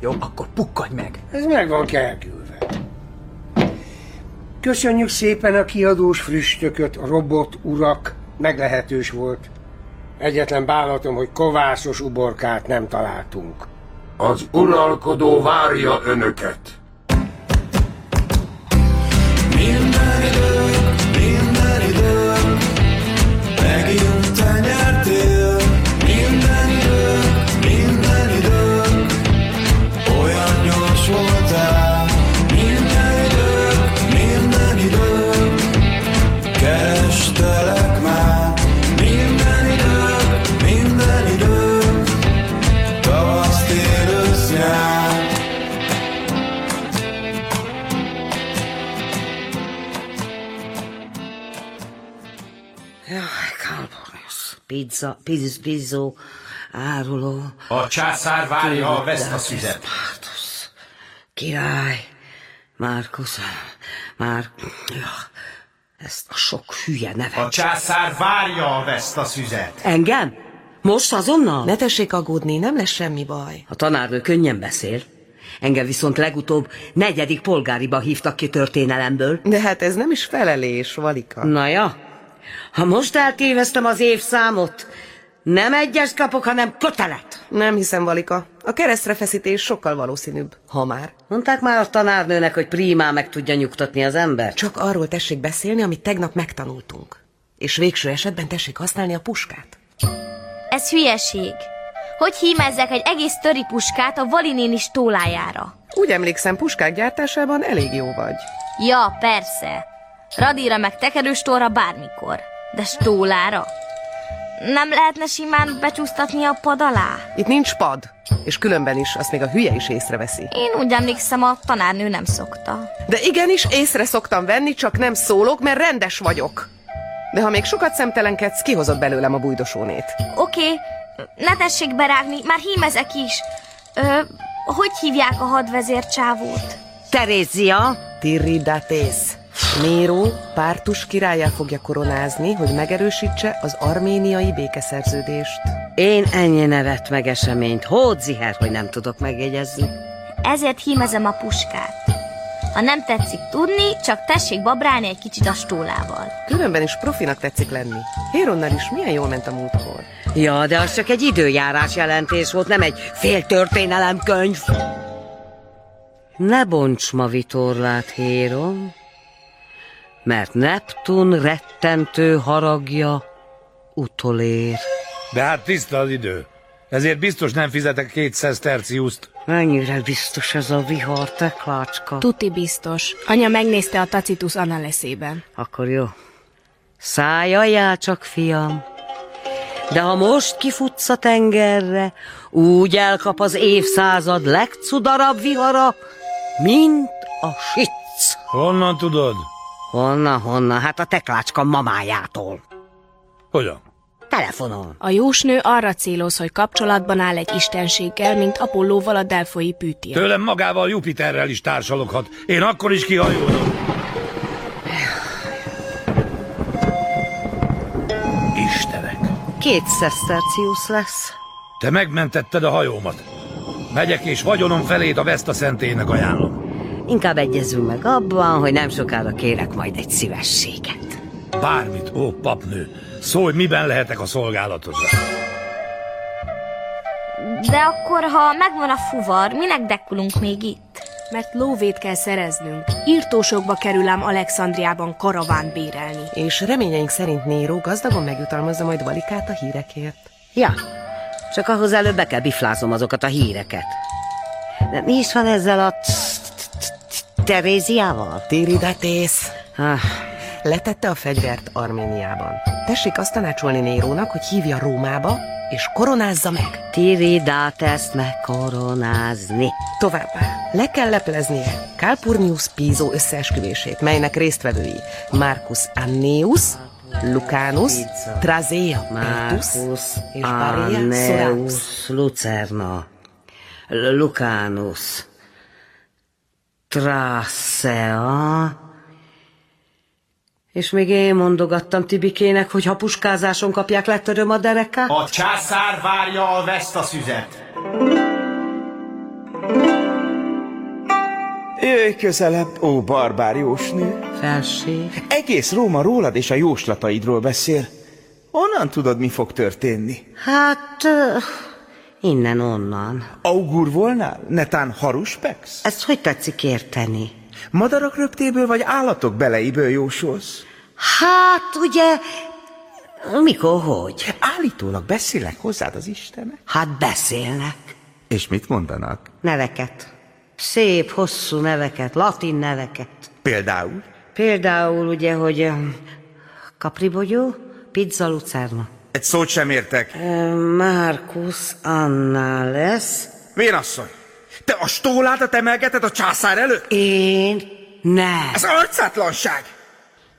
Jó, akkor pukkadj meg!
Ez meg van kerkülve. Köszönjük szépen a kiadós früstököt, robot urak, meglehetős volt. Egyetlen bánatom, hogy kovászos uborkát nem találtunk.
Az uralkodó várja önöket.
Minden idő, megint te nyertél. Minden idő, minden idő, olyan gyors voltál. Minden idő, minden idő, kerestelek már. Minden idő, minden idő, tavasz, tél, ősz, nyár.
Jaj, kalborész. Pizza, pizz, pizzó, áruló.
A császár várja a Veszta szüzet.
Király, Márkusz, már... Ja, ezt a sok hülye nevet.
A császár várja a Veszta szüzet.
Engem? Most azonnal?
Ne tessék aggódni, nem lesz semmi baj.
A tanárnő könnyen beszél. Engem viszont legutóbb negyedik polgáriba hívtak ki történelemből.
De hát ez nem is felelés, Valika.
Na ja, ha most eltéveztem az évszámot, nem egyes kapok, hanem kötelet.
Nem hiszem, Valika. A keresztre feszítés sokkal valószínűbb, ha már.
Mondták már a tanárnőnek, hogy primán meg tudja nyugtatni az ember.
Csak arról tessék beszélni, amit tegnap megtanultunk. És végső esetben tessék használni a puskát.
Ez hülyeség. Hogy hímezzek egy egész töri puskát a Valinéni stólájára?
Úgy emlékszem, puskák gyártásában elég jó vagy.
Ja, persze. Radíra meg tekerőstóra bármikor. De stólára? Nem lehetne simán becsúsztatni a pad alá?
Itt nincs pad, és különben is, azt még a hülye is észreveszi.
Én úgy emlékszem, a tanárnő nem szokta.
De igenis, észre szoktam venni, csak nem szólok, mert rendes vagyok. De ha még sokat szemtelenkedsz, kihozott belőlem a bújdosónét.
Oké, ne tessék berágni, már hímezek is. Ö, hogy hívják a hadvezér csávót?
Terézia!
Tiridatész. Néró pártus királyá fogja koronázni, hogy megerősítse az arméniai békeszerződést.
Én ennyi nevet meg eseményt. Hód ziher, hogy nem tudok megjegyezni.
Ezért hímezem a puskát. Ha nem tetszik tudni, csak tessék babrálni egy kicsit a stólával.
Különben is profinak tetszik lenni. Héronnal is milyen jól ment a múltkor.
Ja, de az csak egy időjárás jelentés volt, nem egy fél történelemkönyv. Ne bonts ma vitorlát, Héron, mert Neptun rettentő haragja utolér.
De hát tiszta az idő. Ezért biztos nem fizetek 200 terciuszt.
Mennyire biztos ez a vihar, te klácska?
Tuti biztos. Anya megnézte a Tacitus analeszében.
Akkor jó. Szájaljál csak, fiam. De ha most kifutsz a tengerre, úgy elkap az évszázad legcudarabb vihara, mint a sic.
Honnan tudod?
Honna, honna, hát a teklácska mamájától.
Hogyan?
Telefonon.
A jósnő arra céloz, hogy kapcsolatban áll egy istenséggel, mint Apollóval a delfoi pűtia.
Tőlem magával Jupiterrel is társaloghat. Én akkor is kihajolom.
Kétszer Tercius lesz.
Te megmentetted a hajómat. Megyek és vagyonom feléd a Veszta szentének ajánlom.
Inkább egyezünk meg abban, hogy nem sokára kérek majd egy szívességet.
Bármit, ó papnő. Szólj, miben lehetek a szolgálatodra.
De akkor, ha megvan a fuvar, minek dekkulunk még itt?
Mert lóvét kell szereznünk. Írtósokba kerül ám Alexandriában karaván bérelni.
És reményeink szerint Néró gazdagon megjutalmazza majd Valikát a hírekért.
Ja, csak ahhoz előbb be kell biflázom azokat a híreket. De mi is van ezzel a Teréziával?
Tiridatész.
Ah.
Letette a fegyvert Arméniában. Tessék azt tanácsolni Nérónak, hogy hívja Rómába, és koronázza meg.
Tiridáteszt megkoronázni.
Továbbá, le kell lepleznie Calpurnius Piso összeesküvését, melynek résztvevői Marcus Annius, Lucanus, Trazea Brutus
Marcus
és Maria Sorapus.
Anneus Lucerna L- Lucanus Tracea és még én mondogattam Tibikének, hogy ha puskázáson kapják, letöröm a derekát.
A császár várja a Veszta szüzet.
Jöjj közelebb, ó barbár jósnő!
Felség.
Egész Róma rólad és a jóslataidról beszél. Honnan tudod, mi fog történni?
Hát, ö, innen-onnan.
Augur volnál? Netán haruspex?
Ezt hogy tetszik érteni?
Madarak röptéből vagy állatok beleiből jósolsz?
Hát, ugye, mikor, hogy?
Állítólag beszélnek hozzád az Istenek?
Hát beszélnek.
És mit mondanak?
Neveket. Szép, hosszú neveket, latin neveket.
Például?
Például ugye, hogy öm, kapribogyó, pizza lucerna.
Egy szót sem értek.
Márkusz Anna lesz.
Vénasszony, te a stóládat emelgeted a császár előtt?
Én nem.
Ez arcátlanság!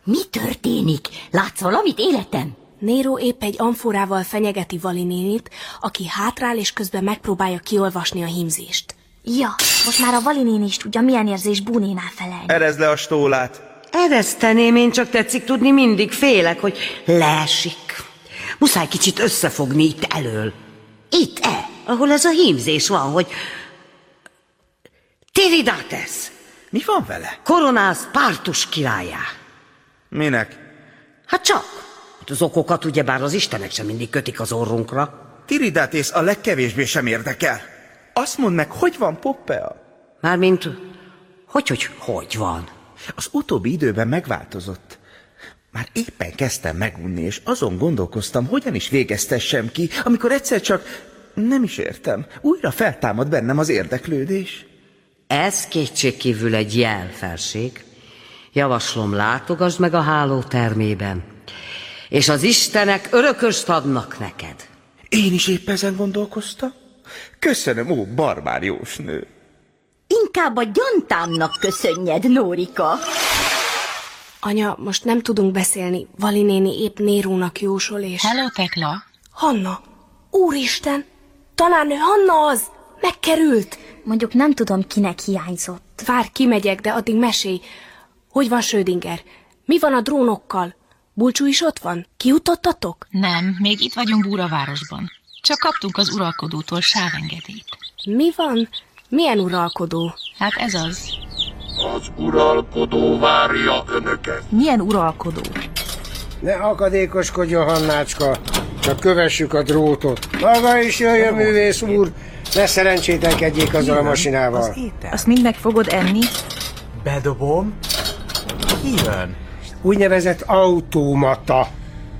Mi történik? Látsz valamit, életem? Néró épp egy amforával fenyegeti Valinénit, aki hátrál és közben megpróbálja kiolvasni a hímzést.
Ja, most már a Valinén is tudja, milyen érzés Búnénál felelni.
Erezd le a stólát.
Ereszteném, én csak tetszik tudni, mindig félek, hogy leesik. Muszáj kicsit összefogni itt elől. Itt-e? Ahol ez a hímzés van, hogy... Tiridates!
Mi van vele?
Koronáz pártus királyá.
Minek?
Hát csak. Hát az okokat ugyebár az istenek sem mindig kötik az orrunkra.
Tiridátész a legkevésbé sem érdekel. Azt mondd meg, hogy van Poppea?
Mármint, hogy, hogy, hogy van?
Az utóbbi időben megváltozott. Már éppen kezdtem megunni, és azon gondolkoztam, hogyan is végeztessem ki, amikor egyszer csak nem is értem. Újra feltámad bennem az érdeklődés.
Ez kétségkívül egy jelfelség. Javaslom, látogasd meg a hálótermében, és az Istenek örököst adnak neked.
Én is épp ezen gondolkoztam. Köszönöm, ó, barbár jósnő.
Inkább a gyantámnak köszönjed, Nórika.
Anya, most nem tudunk beszélni. Valinéni épp Nérónak jósol és... Hello, Tekla! Hanna! Úristen! Talán ő Hanna az! Megkerült!
Mondjuk nem tudom, kinek hiányzott.
Vár, kimegyek, de addig mesélj. Hogy van Schrödinger? Mi van a drónokkal? Bulcsú is ott van? Kiutottatok?
Nem, még itt vagyunk Búravárosban. Csak kaptunk az uralkodótól sávengedélyt.
Mi van? Milyen uralkodó?
Hát ez az.
Az uralkodó várja önöket.
Milyen uralkodó?
Ne akadékoskodjon, Hannácska! Csak kövessük a drótot. Maga is jöjjön, művész úr! Ne szerencsétlenkedjék azzal a masinával.
Azt mind meg fogod enni?
Bedobom. Ki jön? Úgynevezett automata.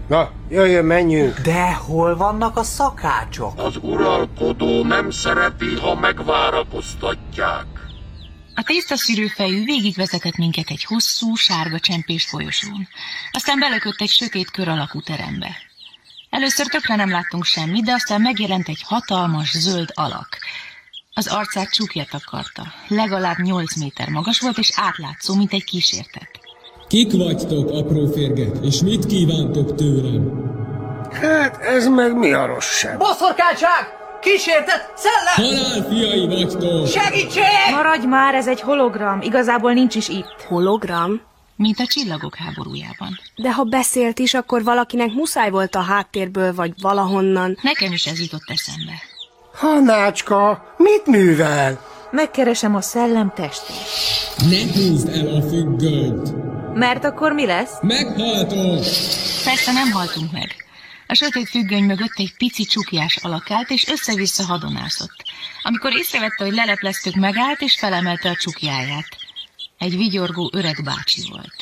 Na, jöjjön, menjünk.
De hol vannak a szakácsok?
Az uralkodó nem szereti, ha megvárakoztatják.
A tészta szűrőfejű végigvezetett minket egy hosszú, sárga csempés folyosón. Aztán belökött egy sötét kör alakú terembe. Először tökre nem láttunk semmit, de aztán megjelent egy hatalmas zöld alak. Az arcát csukja takarta. Legalább 8 méter magas volt, és átlátszó, mint egy kísértet.
Kik vagytok, apró férgek, és mit kívántok tőlem?
Hát ez meg mi a rossz sem.
Boszorkányság! Kísértet! Szellem!
Halál fiai vagytok!
Segítség!
Maradj már, ez egy hologram, igazából nincs is itt.
Hologram?
mint a csillagok háborújában.
De ha beszélt is, akkor valakinek muszáj volt a háttérből, vagy valahonnan.
Nekem is ez jutott eszembe.
Hanácska, mit művel?
Megkeresem a szellem testét.
Ne húzd el a függönyt!
Mert akkor mi lesz?
Meghaltok!
Persze nem haltunk meg. A sötét függöny mögött egy pici csukjás alakált, és össze-vissza hadonászott. Amikor észrevette, hogy lelepleztük, megállt, és felemelte a csukjáját. Egy vigyorgó öreg bácsi volt.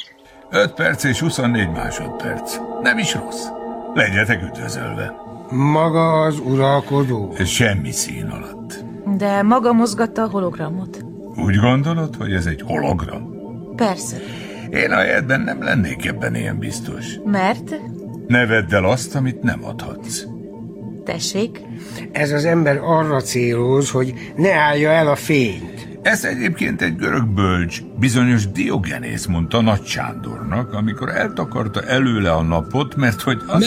5 perc és 24 másodperc. Nem is rossz. Legyetek üdvözölve.
Maga az uralkodó?
Semmi szín alatt.
De maga mozgatta a hologramot.
Úgy gondolod, hogy ez egy hologram?
Persze.
Én a helyedben nem lennék ebben ilyen biztos.
Mert?
Ne vedd el azt, amit nem adhatsz.
Tessék?
Ez az ember arra céloz, hogy ne állja el a fényt.
Ez egyébként egy görög bölcs, bizonyos Diogenész mondta Nagy Sándornak, amikor eltakarta előle a napot, mert hogy az...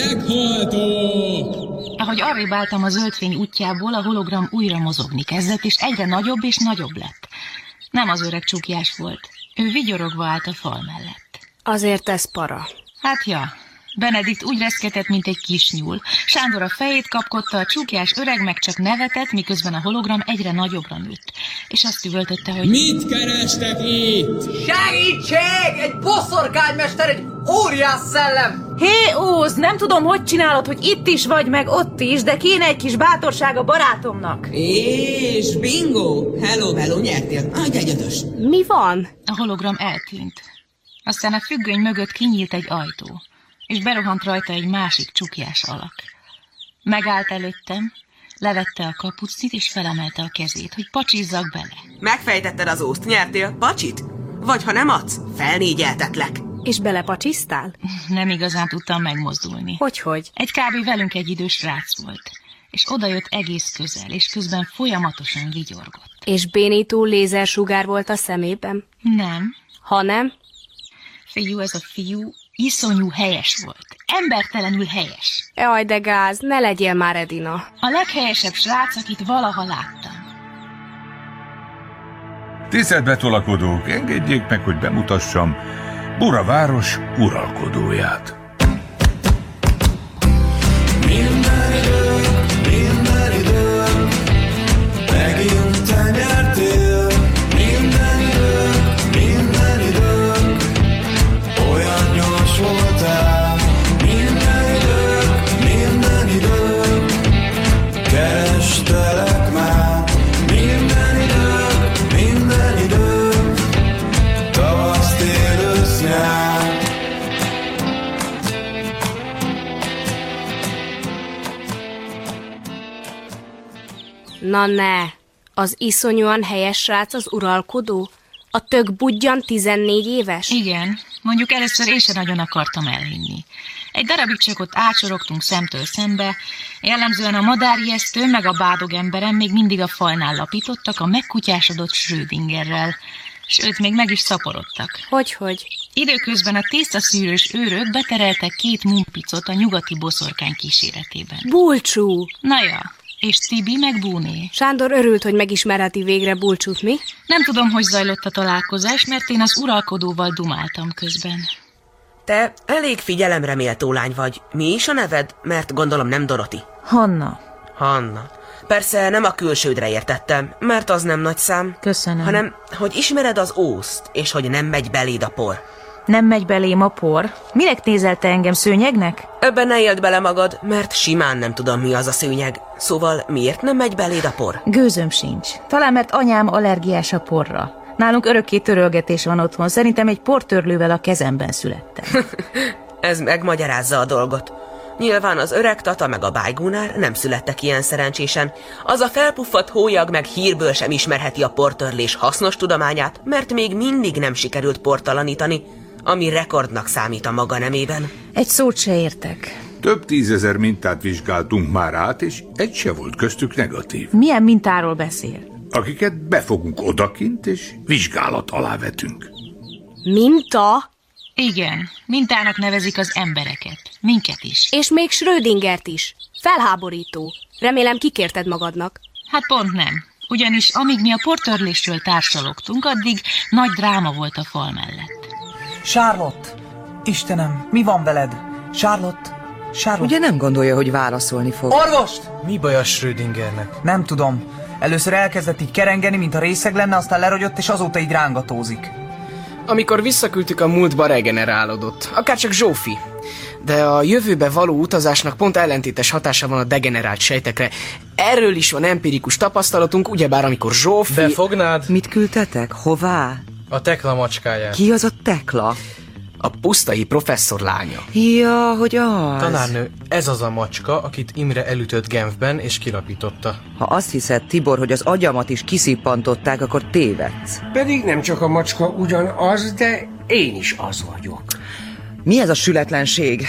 Meghaltok!
Ahogy arrébb álltam a zöldfény útjából, a hologram újra mozogni kezdett, és egyre nagyobb és nagyobb lett. Nem az öreg csukjás volt. Ő vigyorogva állt a fal mellett.
Azért ez para.
Hát ja, Benedikt úgy reszketett, mint egy kis nyúl. Sándor a fejét kapkodta, a csukjás öreg meg csak nevetett, miközben a hologram egyre nagyobbra nőtt. És azt üvöltötte, hogy...
Mit kerestek itt?
Segítség! Egy boszorkánymester, egy óriás szellem!
Hé, Óz, nem tudom, hogy csinálod, hogy itt is vagy, meg ott is, de kéne egy kis bátorság a barátomnak.
És bingo! Hello, hello, nyertél. Adj egy ötös.
Mi van?
A hologram eltűnt. Aztán a függöny mögött kinyílt egy ajtó, és berohant rajta egy másik csukjás alak. Megállt előttem, levette a kapucnit, és felemelte a kezét, hogy pacsizzak bele.
Megfejtetted az ószt, nyertél. Pacsit? Vagy ha nem adsz, felnégyeltetlek.
És belepacsisztál?
Nem igazán tudtam megmozdulni.
Hogyhogy?
Egy kb. velünk egy idős srác volt, és odajött egész közel, és közben folyamatosan vigyorgott.
És bénító lézersugár volt a szemében?
Nem.
Ha nem?
Fiú, ez a fiú iszonyú helyes volt. Embertelenül helyes.
Jaj, de gáz, ne legyél már Edina.
A leghelyesebb srác, akit valaha láttam.
Tisztelt betolakodók, engedjék meg, hogy bemutassam Bura város uralkodóját.
Minden idő, minden idő, megint te nyertél. Minden idő, minden idő, olyan gyors voltál. Minden idő, minden idő, kerestelek már. Minden idő, minden idő, tavasz, tél, ősz, nyár.
Na ne! Az iszonyúan helyes srác az uralkodó? A tök budjan 14 éves?
Igen, mondjuk először én sem nagyon akartam elhinni. Egy darabig csak ott ácsorogtunk szemtől szembe, jellemzően a madárjesztő meg a bádog emberem még mindig a falnál lapítottak a megkutyásodott Schrödingerrel, sőt, még meg is szaporodtak.
Hogyhogy?
Időközben a tésztaszűrős őrök betereltek két mumpicot a nyugati boszorkány kíséretében.
Bulcsú!
Na ja, és Tibi meg Búné.
Sándor örült, hogy megismerheti végre Bulcsút, mi?
Nem tudom, hogy zajlott a találkozás, mert én az uralkodóval dumáltam közben.
Te elég figyelemre méltó lány vagy. Mi is a neved? Mert gondolom nem Doroti.
Hanna.
Hanna. Persze nem a külsődre értettem, mert az nem nagy szám,
Köszönöm.
hanem hogy ismered az ószt, és hogy nem megy beléd a por.
Nem megy belém a por. Minek nézel te engem szőnyegnek?
Ebben ne éld bele magad, mert simán nem tudom, mi az a szőnyeg. Szóval miért nem megy beléd a por?
Gőzöm sincs. Talán mert anyám allergiás a porra. Nálunk örökké törölgetés van otthon. Szerintem egy portörlővel a kezemben születtem.
Ez megmagyarázza a dolgot. Nyilván az öreg tata meg a bájgúnár nem születtek ilyen szerencsésen. Az a felpuffadt hólyag meg hírből sem ismerheti a portörlés hasznos tudományát, mert még mindig nem sikerült portalanítani, ami rekordnak számít a maga nemében.
Egy szót se értek.
Több tízezer mintát vizsgáltunk már át, és egy se volt köztük negatív.
Milyen mintáról beszél?
Akiket befogunk odakint, és vizsgálat alá vetünk.
Minta?
Igen, mintának nevezik az embereket. Minket is.
És még Schrödingert is. Felháborító. Remélem kikérted magadnak.
Hát pont nem. Ugyanis amíg mi a portörlésről társalogtunk, addig nagy dráma volt a fal mellett.
Charlotte! Istenem, mi van veled? Charlotte! Charlotte!
Ugye nem gondolja, hogy válaszolni fog.
Orvost!
Mi baj a Schrödingernek?
Nem tudom. Először elkezdett így kerengeni, mint a részeg lenne, aztán lerogyott, és azóta így rángatózik.
Amikor visszaküldtük a múltba, regenerálódott. Akárcsak Zsófi. De a jövőbe való utazásnak pont ellentétes hatása van a degenerált sejtekre. Erről is van empirikus tapasztalatunk, ugyebár amikor Zsófi...
Befognád?
Mit küldtetek? Hová?
A tekla macskáját.
Ki az a tekla?
A pusztai professzor lánya.
Ja, hogy az.
Tanárnő, ez az a macska, akit Imre elütött Genfben és kilapította.
Ha azt hiszed, Tibor, hogy az agyamat is kiszippantották, akkor tévedsz.
Pedig nem csak a macska ugyanaz, de én is az vagyok.
Mi ez a sületlenség?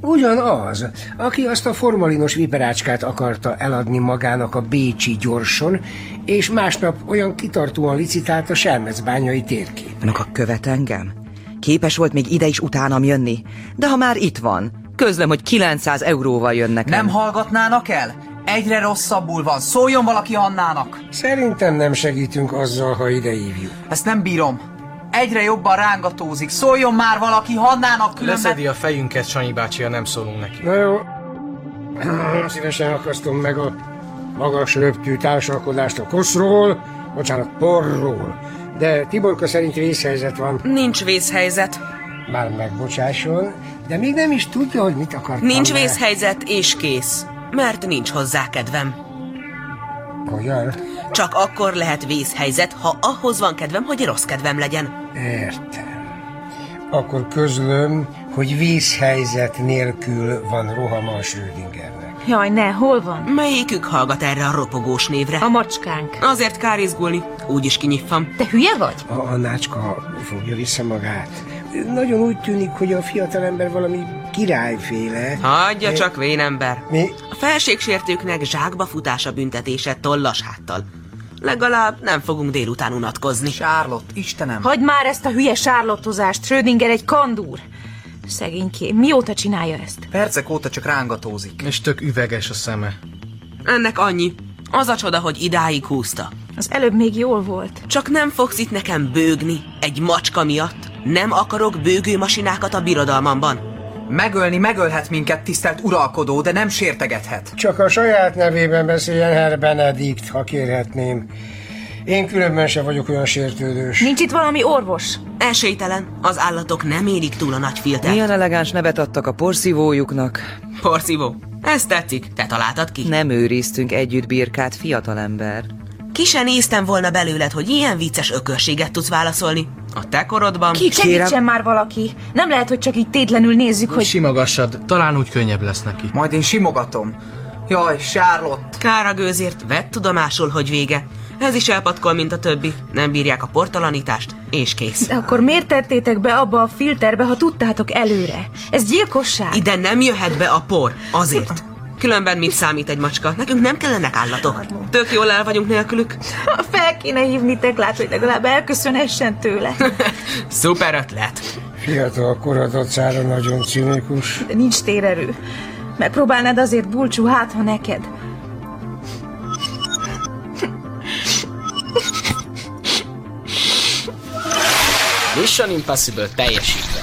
Ugyanaz, aki azt a formalinos viperácskát akarta eladni magának a Bécsi gyorson, és másnap olyan kitartóan licitált a Selmecbányai térkép.
Annak a követ engem? Képes volt még ide is utánam jönni? De ha már itt van, közlöm, hogy 900 euróval jön nekem.
Nem hallgatnának el? Egyre rosszabbul van. Szóljon valaki Annának!
Szerintem nem segítünk azzal, ha ide hívjuk.
Ezt nem bírom. Egyre jobban rángatózik. Szóljon már valaki Hannának különben...
Leszedi a fejünket, Sanyi bácsi, ha nem szólunk neki.
Na jó, szívesen akasztom meg a magas löptű társalkodást a koszról, bocsánat, porról. De Tiborka szerint vészhelyzet van.
Nincs vészhelyzet.
Már megbocsásol, de még nem is tudja, hogy mit akar.
Nincs vészhelyzet, és kész. Mert nincs hozzá kedvem.
Olyan?
Csak akkor lehet vészhelyzet, ha ahhoz van kedvem, hogy rossz kedvem legyen.
Értem. Akkor közlöm, hogy vízhelyzet nélkül van rohama a Schrödingernek.
Jaj, ne, hol van?
Melyikük hallgat erre a ropogós névre?
A macskánk.
Azért kár izgulni, úgyis kinyiffam.
Te hülye vagy?
A, a nácska fogja vissza magát. Nagyon úgy tűnik, hogy a fiatalember valami királyféle.
Hagyja
Mi-
csak, vénember.
Mi?
A felségsértőknek zsákba futása büntetése tollas háttal. Legalább nem fogunk délután unatkozni.
Charlotte, Istenem!
Hagyd már ezt a hülye sárlottozást, Schrödinger egy kandúr. Szegényké, mióta csinálja ezt?
Percek óta csak rángatózik.
És tök üveges a szeme.
Ennek annyi. Az a csoda, hogy idáig húzta.
Az előbb még jól volt.
Csak nem fogsz itt nekem bőgni, egy macska miatt. Nem akarok bőgő masinákat a birodalmamban.
Megölni megölhet minket, tisztelt uralkodó, de nem sértegethet.
Csak a saját nevében beszéljen Herr Benedikt, ha kérhetném. Én különben sem vagyok olyan sértődős.
Nincs itt valami orvos?
Esélytelen, az állatok nem érik túl a nagy filtert.
Milyen elegáns nevet adtak a porszívójuknak.
Porszívó, ez tetszik, te találtad ki.
Nem őriztünk együtt birkát, fiatalember.
Ki se néztem volna belőled, hogy ilyen vicces ökörséget tudsz válaszolni. A te korodban...
Segítsen már valaki! Nem lehet, hogy csak így tétlenül nézzük, hogy...
Simogassad, talán úgy könnyebb lesz neki.
Majd én simogatom. Jaj, Charlotte!
Kár a gőzért, vedd tudomásul, hogy vége. Ez is elpatkol, mint a többi. Nem bírják a portalanítást, és kész.
De akkor miért tettétek be abba a filterbe, ha tudtátok előre? Ez gyilkosság!
Ide nem jöhet be a por, azért. Különben mit számít egy macska? Nekünk nem kellenek állatok. Tök jól el vagyunk nélkülük.
Fel kéne hívni teklát, hogy legalább elköszönhessen tőle.
Szuper ötlet.
Fiatal korad acára nagyon cinikus.
De nincs térerő. Megpróbálnád azért bulcsú, hát ha neked.
Mission Impossible teljesítve.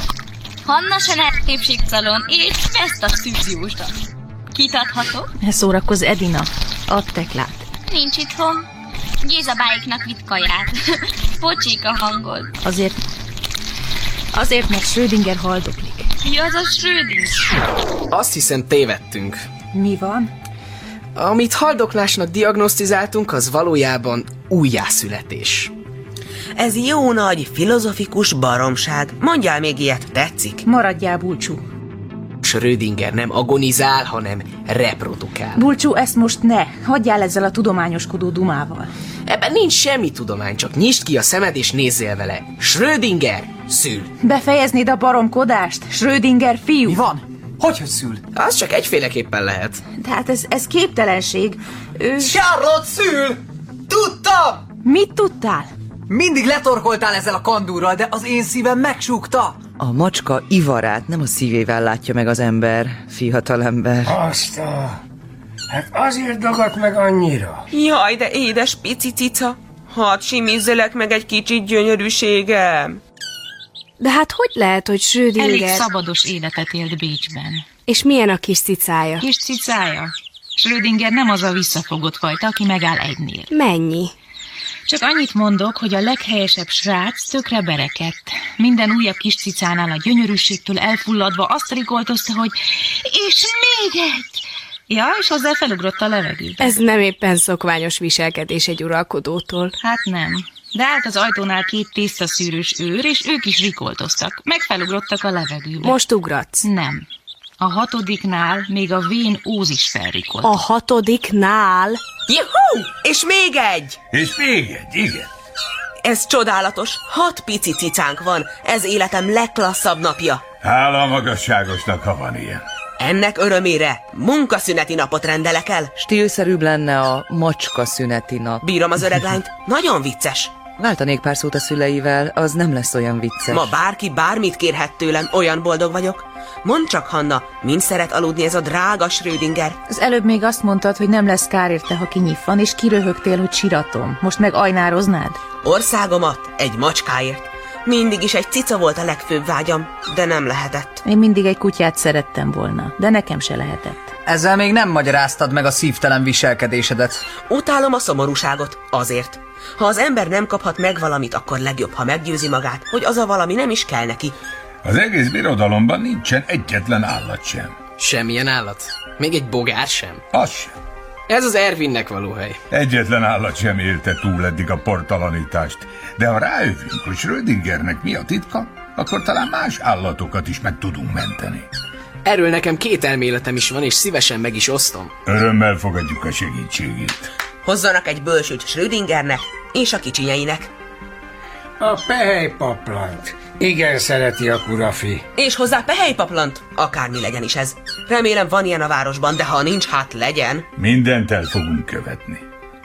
Hanna Senel képségszalon és ezt a szűziósdat. Kit adhatok?
Ne szórakozz, Edina. Add teklát.
Nincs itthon. Géza báiknak vitt kaját. Pocsik a hangod.
Azért... Azért, mert Schrödinger haldoklik.
Ki az a Schrödinger?
Azt hiszem tévedtünk.
Mi van?
Amit haldoklásnak diagnosztizáltunk, az valójában újjászületés.
Ez jó nagy, filozofikus baromság. Mondjál még ilyet, tetszik?
Maradjál bulcsú.
Schrödinger nem agonizál, hanem reprodukál.
Bulcsú, ezt most ne. Hagyjál ezzel a tudományoskodó dumával.
Ebben nincs semmi tudomány, csak nyisd ki a szemed és nézzél vele. Schrödinger szül.
Befejeznéd a baromkodást? Schrödinger fiú? Mi
van? Hogy, hogy szül?
Az csak egyféleképpen lehet.
Tehát hát ez, ez képtelenség. Ő...
Charlotte szül! Tudtam!
Mit tudtál?
Mindig letorkoltál ezzel a kandúrral, de az én szívem megsúgta.
A macska ivarát nem a szívével látja meg az ember, fiatalember.
Azt a... Ah, Hát azért dagadt meg annyira.
Jaj, de édes pici cica. Hadd simizzelek meg egy kicsit gyönyörűségem.
De hát hogy lehet, hogy
Elég
Schrödinger...
szabados életet élt Bécsben.
És milyen a kis cicája?
Kis cicája? Schrödinger nem az a visszafogott fajta, aki megáll egynél.
Mennyi?
Csak annyit mondok, hogy a leghelyesebb srác tökre berekedt. Minden újabb kis cicánál a gyönyörűségtől elfulladva azt rigoltozta, hogy és még egy! Ja, és hozzá felugrott a levegőbe.
Ez nem éppen szokványos viselkedés egy uralkodótól.
Hát nem. De állt az ajtónál két tiszta szűrős őr, és ők is rikoltoztak. Megfelugrottak a levegőbe.
Most ugratsz?
Nem. A hatodiknál még a vén óz is felrikolt.
A hatodiknál...
Juhú! És még egy!
És még egy, igen.
Ez csodálatos. Hat pici cicánk van. Ez életem legklasszabb napja.
Hála a magasságosnak, ha van ilyen.
Ennek örömére munkaszüneti napot rendelek el.
Stílszerűbb lenne a macska szüneti nap.
Bírom az öreg lányt. Nagyon vicces.
Váltanék pár szót a szüleivel, az nem lesz olyan vicces.
Ma bárki bármit kérhet tőlem, olyan boldog vagyok. Mondd csak, Hanna, mind szeret aludni ez a drága Schrödinger?
Az előbb még azt mondtad, hogy nem lesz kár érte, ha kinyitvan, és kiröhögtél, hogy siratom. Most meg ajnároznád?
Országomat egy macskáért. Mindig is egy cica volt a legfőbb vágyam, de nem lehetett.
Én mindig egy kutyát szerettem volna, de nekem se lehetett.
Ezzel még nem magyaráztad meg a szívtelen viselkedésedet.
Utálom a szomorúságot, azért. Ha az ember nem kaphat meg valamit, akkor legjobb, ha meggyőzi magát, hogy az a valami nem is kell neki.
Az egész birodalomban nincsen egyetlen állat sem.
Semmilyen állat. Még egy bogár sem.
Az sem.
Ez az Ervinnek való hely.
Egyetlen állat sem élte túl eddig a portalanítást, de ha rájövünk, hogy Schrödingernek mi a titka, akkor talán más állatokat is meg tudunk menteni.
Erről nekem két elméletem is van, és szívesen meg is osztom.
Örömmel fogadjuk a segítségét.
Hozzanak egy bölsült Schrödingernek és a kicsinyeinek.
A pehelypaplant. Igen, szereti a kurafi.
És hozzá pehelypaplant, akármi legyen is ez. Remélem van ilyen a városban, de ha nincs, hát legyen.
Mindent el fogunk követni.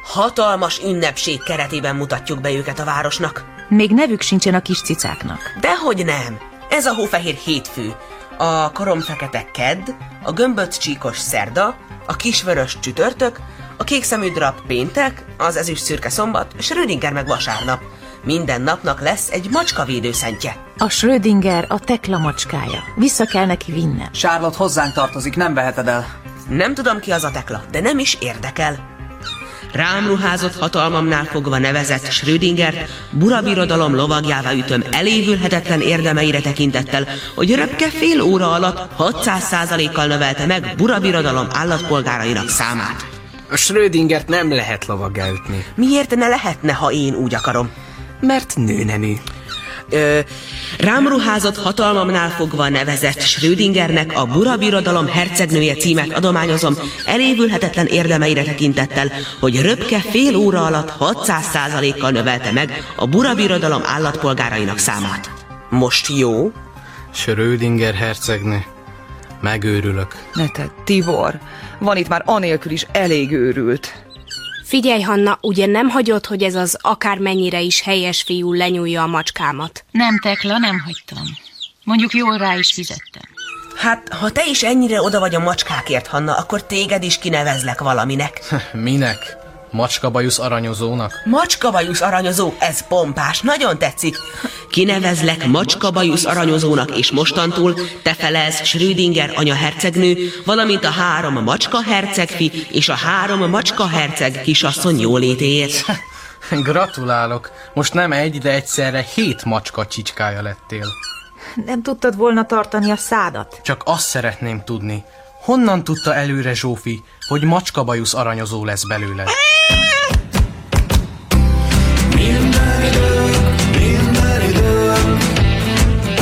Hatalmas ünnepség keretében mutatjuk be őket a városnak.
Még nevük sincsen a kis cicáknak.
Dehogy nem! Ez a hófehér hétfő, a koromfekete kedd, a gömböt csíkos szerda, a kisvörös csütörtök, a kékszemű drap péntek, az ezüst szürke szombat, Schrödinger meg vasárnap. Minden napnak lesz egy macska védőszentje.
A Schrödinger a tekla macskája. Vissza kell neki vinnem.
Charlotte hozzánk tartozik, nem veheted el.
Nem tudom ki az a tekla, de nem is érdekel. Rám ruházott hatalmamnál fogva nevezett Schrödinger, burabirodalom lovagjává ütöm elévülhetetlen érdemeire tekintettel, hogy röpke fél óra alatt 600%-kal növelte meg burabirodalom állatpolgárainak számát.
A Schrödingert nem lehet lovaggá ütni.
Miért ne lehetne, ha én úgy akarom?
Mert nőnemű.
Ö, rám ruházott hatalmamnál fogva nevezett Schrödingernek a Burabirodalom hercegnője címet adományozom elévülhetetlen érdemeire tekintettel, hogy röpke fél óra alatt 600%-kal növelte meg a Burabirodalom állatpolgárainak számát. Most jó?
Schrödinger hercegnő. Megőrülök.
Ne te, Tibor, van itt már anélkül is elég őrült.
Figyelj, Hanna, ugye nem hagyod, hogy ez az akármennyire is helyes fiú lenyúlja a macskámat?
Nem, Tekla, nem hagytam. Mondjuk jól rá is fizettem.
Hát, ha te is ennyire oda vagy a macskákért, Hanna, akkor téged is kinevezlek valaminek.
Minek? Macska bajusz aranyozónak?
Macskabajusz aranyozó, ez pompás, nagyon tetszik. Kinevezlek macskabajusz aranyozónak, és mostantól te felelsz Schrödinger anya hercegnő, valamint a három macska hercegfi és a három macska herceg kisasszony jólétéért.
Gratulálok. Most nem egy, de egyszerre hét macska csicskája lettél.
Nem tudtad volna tartani a szádat?
Csak azt szeretném tudni, honnan tudta előre Zsófi, hogy macska bajusz aranyozó lesz belőle?
Minden időm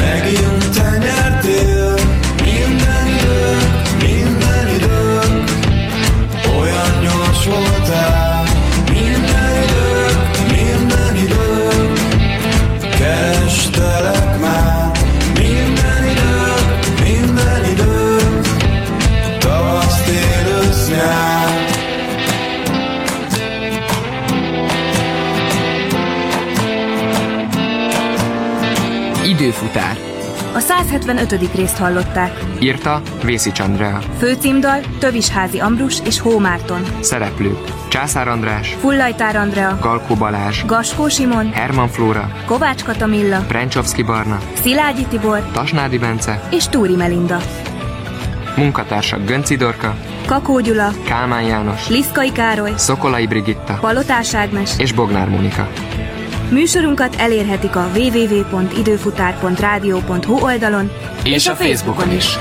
megint te nyertél. Minden időm, minden időm olyan gyors voltál. Minden időm, minden időm kerestelek már. Minden időm, minden időm tavasz, tél, ősz, nyár.
Időfutár. A
A 175. részt hallották.
Írta Vészics Andrea.
Főcímdal Tövisházi Ambrus és Hómárton.
Szereplők Császár András,
Fullajtár Andrea,
Galkó Balázs,
Gaskó Simon,
Herman Flóra,
Kovács Katamilla,
Prencsovszki Barna,
Szilágyi Tibor
Tasnádi Bence,
és Túri Melinda.
munkatársak Gönci Dorka,
Kakó Gyula,
Kálmán János,
Liszkai Károly,
Szokolai Brigitta
Palotás Ágnes.
és Bognár Mónika.
Műsorunkat elérhetik a www.időfutár.rádió.hu oldalon
És a Facebookon is.